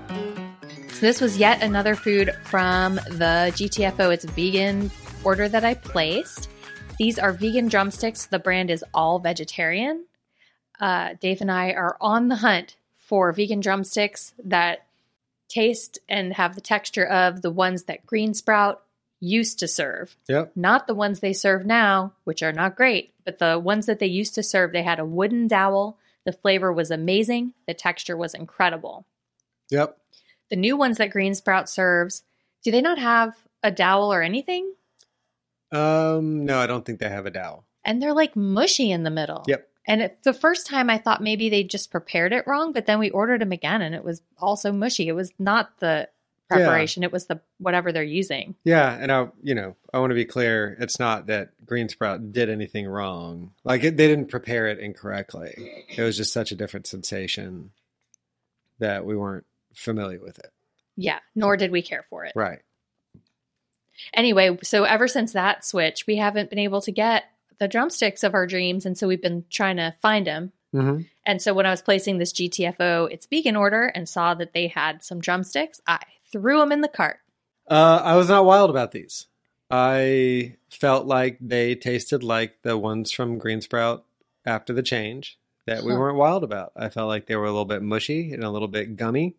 Speaker 1: So this was yet another food from the GTFO. It's vegan order that I placed. These are vegan drumsticks. The brand is all vegetarian. Uh, Dave and I are on the hunt for vegan drumsticks that taste and have the texture of the ones that Green Sprout used to serve
Speaker 2: yep.
Speaker 1: not the ones they serve now, which are not great, but the ones that they used to serve, they had a wooden dowel. The flavor was amazing, the texture was incredible.
Speaker 2: Yep.
Speaker 1: The new ones that Green Sprout serves, do they not have a dowel or anything?
Speaker 2: Um. No, I don't think they have a dowel.
Speaker 1: And they're like mushy in the middle.
Speaker 2: Yep.
Speaker 1: And it, the first time I thought maybe they just prepared it wrong, but then we ordered them again and it was also mushy. It was not the
Speaker 2: Yeah.
Speaker 1: preparation, it was the whatever they're using.
Speaker 2: Yeah, and I, you know, I want to be clear. It's not that Green Sprout did anything wrong. Like it, they didn't prepare it incorrectly. It was just such a different sensation that we weren't familiar with it.
Speaker 1: Yeah, nor did we care for it.
Speaker 2: Right.
Speaker 1: anyway, so ever since that switch, we haven't been able to get the drumsticks of our dreams. And so we've been trying to find them.
Speaker 2: Mm-hmm.
Speaker 1: And so when I was placing this GTFO, it's vegan order and saw that they had some drumsticks, I threw them in the cart.
Speaker 2: Uh, I was not wild about these. I felt like they tasted like the ones from Green Sprout after the change that we
Speaker 1: Huh.
Speaker 2: weren't wild about. I felt like they were a little bit mushy and a little bit gummy.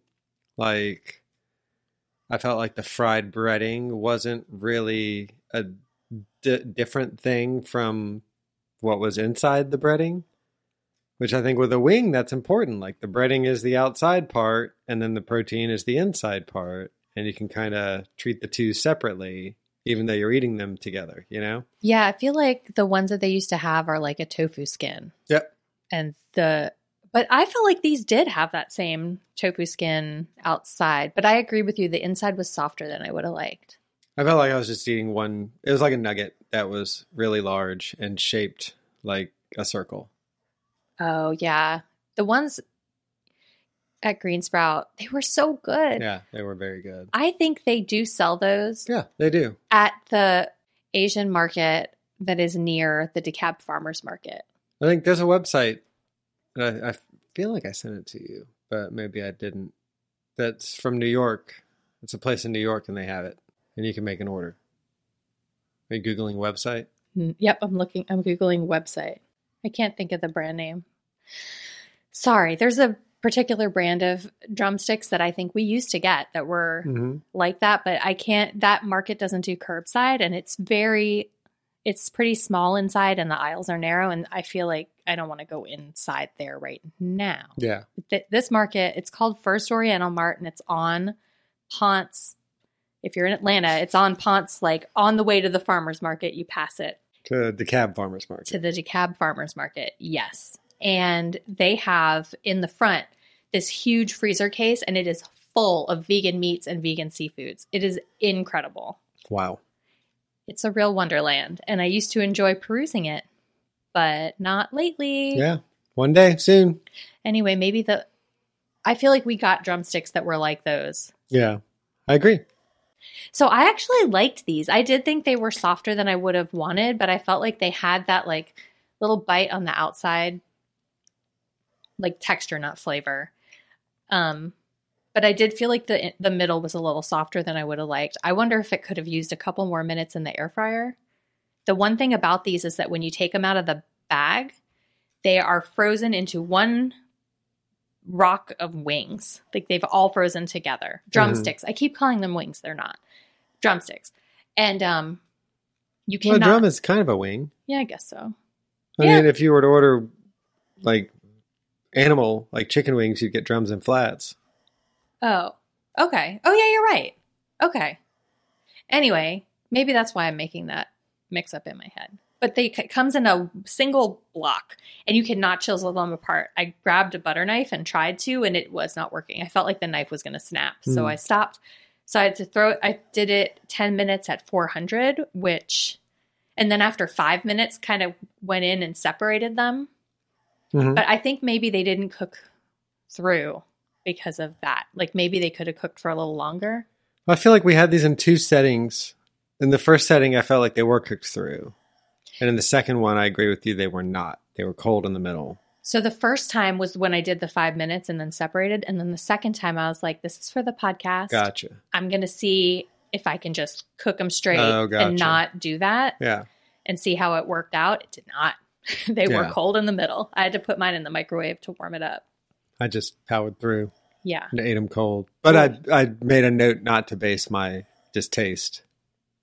Speaker 2: Like I felt like the fried breading wasn't really a d- different thing from what was inside the breading. Which I think with a wing, that's important. Like the breading is the outside part, and then the protein is the inside part, and you can kind of treat the two separately, even though you're eating them together. You know?
Speaker 1: Yeah, I feel like the ones that they used to have are like a tofu skin.
Speaker 2: Yep.
Speaker 1: And the, but I felt like these did have that same tofu skin outside. But I agree with you, the inside was softer than I would have liked.
Speaker 2: I felt like I was just eating one. It was like a nugget that was really large and shaped like a circle.
Speaker 1: Oh yeah, the ones at Green Sprout they were so good.
Speaker 2: Yeah, they were very good.
Speaker 1: I think they do sell those
Speaker 2: Yeah, they do.
Speaker 1: at the Asian market that is near the DeKalb Farmers Market.
Speaker 2: I think there's a website. and I, I feel like I sent it to you, but maybe I didn't. That's from New York. It's a place in New York, and they have it, and you can make an order. Are you googling website?
Speaker 1: Mm, Yep, I'm looking. I'm googling website. I can't think of the brand name. Sorry, there's a particular brand of drumsticks that I think we used to get that were
Speaker 2: Mm-hmm.
Speaker 1: like that, but I can't. That market doesn't do curbside, and it's very, it's pretty small inside, and the aisles are narrow, and I feel like I don't want to go inside there right now.
Speaker 2: Yeah,
Speaker 1: Th- this market, it's called First Oriental Mart, and it's on Ponce. If you're in Atlanta, it's on Ponce, like on the way to the farmers market. You pass it
Speaker 2: to the cab farmers market.
Speaker 1: to the DeKalb Farmers Market. Yes. And they have in the front this huge freezer case, and it is full of vegan meats and vegan seafoods. It is incredible.
Speaker 2: wow.
Speaker 1: It's a real wonderland. And I used to enjoy perusing it, but not lately.
Speaker 2: Yeah, one day soon.
Speaker 1: Anyway, maybe the. I feel like we got drumsticks that were like those.
Speaker 2: Yeah, I agree.
Speaker 1: So I actually liked these. I did think they were softer than I would have wanted, but I felt like they had that like little bite on the outside, like texture, not flavor. Um, but I did feel like the the middle was a little softer than I would have liked. I wonder if it could have used a couple more minutes in the air fryer. The one thing about these is that when you take them out of the bag, they are frozen into one rock of wings. Like they've all frozen together.
Speaker 2: Mm-hmm.
Speaker 1: Drumsticks. I keep calling them wings. They're not drumsticks. And um, you
Speaker 2: Well,
Speaker 1: cannot.
Speaker 2: drum is kind of a wing.
Speaker 1: yeah, I guess so.
Speaker 2: I
Speaker 1: Yeah.
Speaker 2: mean, if you were to order like animal, like chicken wings, you'd get drums and flats.
Speaker 1: Oh, okay. Oh, yeah, you're right. Okay. Anyway, maybe that's why I'm making that mix up in my head. but they it comes in a single block and you cannot chisel them apart. I grabbed a butter knife and tried to and it was not working. I felt like the knife was going to snap. So
Speaker 2: Mm.
Speaker 1: I stopped. So I had to throw it I did it 10 minutes at 400, which and then after 5 minutes kind of went in and separated them.
Speaker 2: Mhm.
Speaker 1: But I think maybe they didn't cook through because of that. Like maybe they could have cooked for a little longer.
Speaker 2: I feel like we had these in two settings. In the first setting, I felt like they were cooked through, and in the second one, I agree with you. They were not. They were cold in the middle.
Speaker 1: So the first time was when I did the 5 minutes and then separated and then the second time I was like this is for the podcast.
Speaker 2: Gotcha.
Speaker 1: I'm going to see if I can just cook them straight
Speaker 2: Oh, gotcha.
Speaker 1: and not do that
Speaker 2: Yeah.
Speaker 1: and see how it worked out. It did not. they
Speaker 2: Yeah.
Speaker 1: were cold in the middle. I had to put mine in the microwave to warm it up.
Speaker 2: I just powered through
Speaker 1: Yeah.
Speaker 2: and ate them cold. But I I made a note not to base my distaste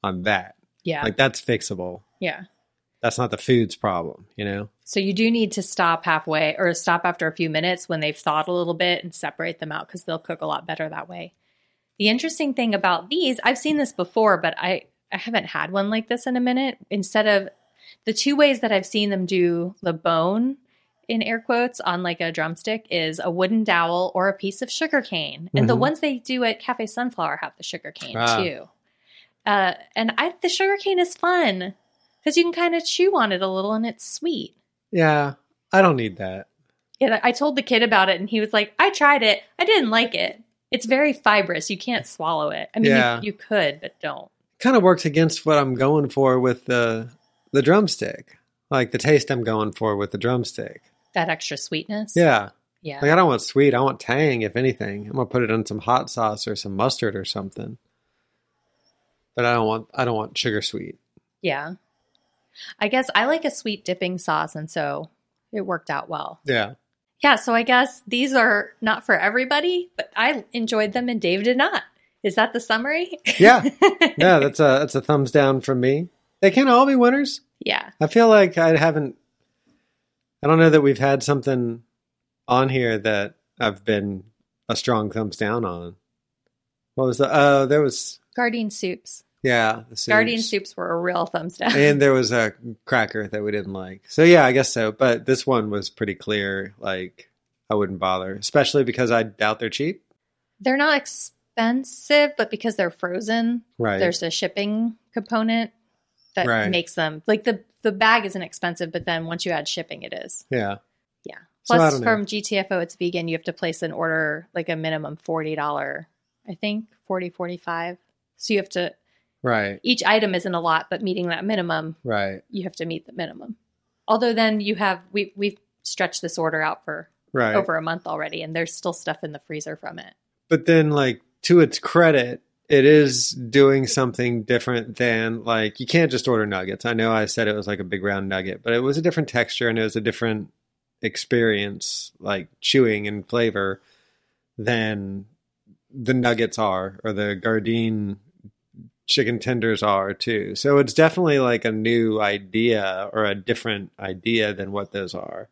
Speaker 2: on that.
Speaker 1: Yeah.
Speaker 2: Like that's fixable.
Speaker 1: yeah.
Speaker 2: That's not the food's problem, you know?
Speaker 1: So you do need to stop halfway or stop after a few minutes when they've thawed a little bit and separate them out because they'll cook a lot better that way. The interesting thing about these, I've seen this before, but I, I haven't had one like this in a minute. Instead of the two ways that I've seen them do the bone in air quotes on like a drumstick is a wooden dowel or a piece of sugar cane. And the
Speaker 2: Mhm.
Speaker 1: ones they do at Cafe Sunflower have the sugar cane
Speaker 2: Ah.
Speaker 1: too. Uh, and I, the sugar cane is fun because you can kind of chew on it a little and it's sweet.
Speaker 2: Yeah. I don't need that.
Speaker 1: Yeah, I told the kid about it, and he was like, "I tried it. I didn't like it. It's very fibrous. You can't swallow it. I mean,
Speaker 2: Yeah.
Speaker 1: you, you could, but don't."
Speaker 2: Kind of works against what I'm going for with the the drumstick. Like the taste I'm going for with the drumstick.
Speaker 1: That extra sweetness.
Speaker 2: Yeah.
Speaker 1: yeah.
Speaker 2: Like I don't want sweet, I want tang if anything. I'm gonna put it on some hot sauce or some mustard or something. But I don't want I don't want sugar sweet.
Speaker 1: Yeah. I guess I like a sweet dipping sauce, and so it worked out well.
Speaker 2: Yeah.
Speaker 1: Yeah. So I guess these are not for everybody, but I enjoyed them, and Dave did not. Is that the summary?
Speaker 2: Yeah. yeah, that's a that's a thumbs down from me. They can't all be winners.
Speaker 1: yeah.
Speaker 2: I feel like I haven't. I don't know that we've had something on here that I've been a strong thumbs down on. What was the? Oh, there was
Speaker 1: Guardian soups.
Speaker 2: yeah, the
Speaker 1: Guardian
Speaker 2: soups.
Speaker 1: soups were a real thumbs down.
Speaker 2: and there was a cracker that we didn't like. So yeah, I guess so. But this one was pretty clear. Like I wouldn't bother, especially because I doubt they're cheap.
Speaker 1: they're not expensive, but because they're frozen,
Speaker 2: Right.
Speaker 1: there's a shipping component that
Speaker 2: Right.
Speaker 1: makes them like the the bag isn't expensive, but then once you add shipping, it is.
Speaker 2: yeah.
Speaker 1: Yeah.
Speaker 2: So I
Speaker 1: Plus,
Speaker 2: don't know.
Speaker 1: from GTFO, it's vegan. You have to place an order like a minimum forty dollar, I think 40 45 So you have to
Speaker 2: Right.
Speaker 1: each item isn't a lot, but meeting that minimum,
Speaker 2: Right.
Speaker 1: you have to meet the minimum. Although then you have we we've stretched this order out for
Speaker 2: Right.
Speaker 1: over a month already, and there's still stuff in the freezer from it.
Speaker 2: but then like to its credit it is doing something different than like you can't just order nuggets i know i said it was like a big round nugget but it was a different texture and it was a different experience like chewing and flavor than the nuggets are or the Gardein chicken tenders are too so it's definitely like a new idea or a different idea than what those are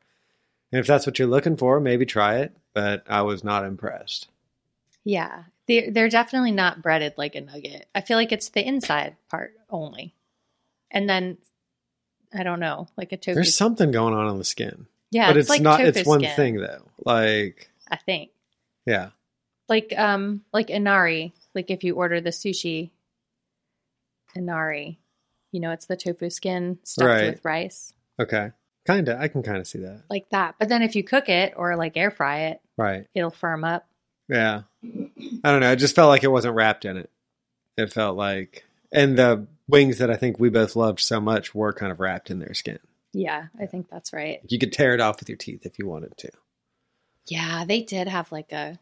Speaker 2: and if that's what you're looking for maybe try it but i was not impressed
Speaker 1: Yeah. They're, they're definitely not breaded like a nugget. I feel like it's the inside part only. And then, I don't know, like a tofu.
Speaker 2: There's something going on on the skin,
Speaker 1: yeah,
Speaker 2: but it's,
Speaker 1: like
Speaker 2: not.
Speaker 1: tofu
Speaker 2: It's one
Speaker 1: skin,
Speaker 2: thing though. Like,
Speaker 1: I think.
Speaker 2: yeah,
Speaker 1: Like, um, like inari, like if you order the sushi inari, you know, it's the tofu skin stuffed
Speaker 2: Right.
Speaker 1: with rice,
Speaker 2: okay, kind of. I can kind of see that.
Speaker 1: like that. But then if you cook it or like air fry it,
Speaker 2: Right.
Speaker 1: it'll firm up.
Speaker 2: Yeah. I don't know. It just felt like it wasn't wrapped in it. It felt like, and the wings that I think we both loved so much were kind of wrapped in their skin.
Speaker 1: Yeah, I think that's right.
Speaker 2: You could tear it off with your teeth if you wanted to.
Speaker 1: Yeah, they did have like a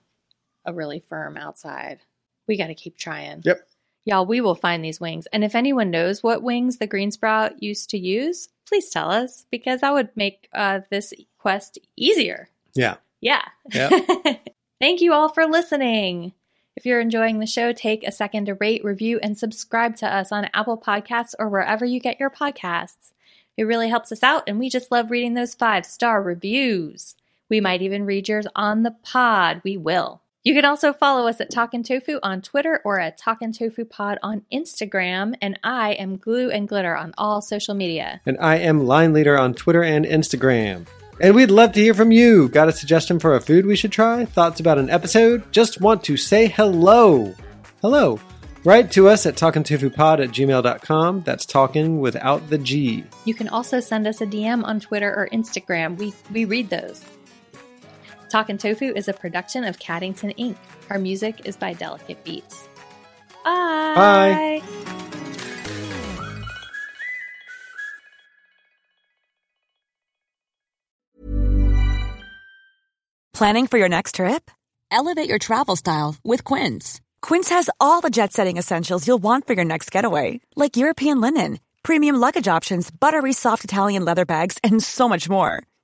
Speaker 1: a really firm outside. We got to keep trying.
Speaker 2: Yep.
Speaker 1: Y'all, we will find these wings. And if anyone knows what wings the green sprout used to use, please tell us because that would make uh, this quest easier.
Speaker 2: Yeah.
Speaker 1: Yeah. Thank you all for listening. If you're enjoying the show, take a second to rate, review, and subscribe to us on Apple Podcasts or wherever you get your podcasts. It really helps us out, and we just love reading those five star reviews. We might even read yours on the pod. We will. You can also follow us at Talkin' Tofu on Twitter or at Talkin' Tofu Pod on Instagram. And I am Glue and Glitter on all social media.
Speaker 2: And I am Line Leader on Twitter and Instagram. And we'd love to hear from you. Got a suggestion for a food we should try? Thoughts about an episode? Just want to say hello. Hello. Write to us at talkingtofupod at gmail.com. That's talking without the G.
Speaker 1: You can also send us a DM on Twitter or Instagram. We, we read those. Talkin' Tofu is a production of Caddington Inc. Our music is by Delicate Beats. Bye.
Speaker 2: Bye.
Speaker 4: Planning for your next trip? Elevate your travel style with Quince. Quince has all the jet setting essentials you'll want for your next getaway, like European linen, premium luggage options, buttery soft Italian leather bags, and so much more.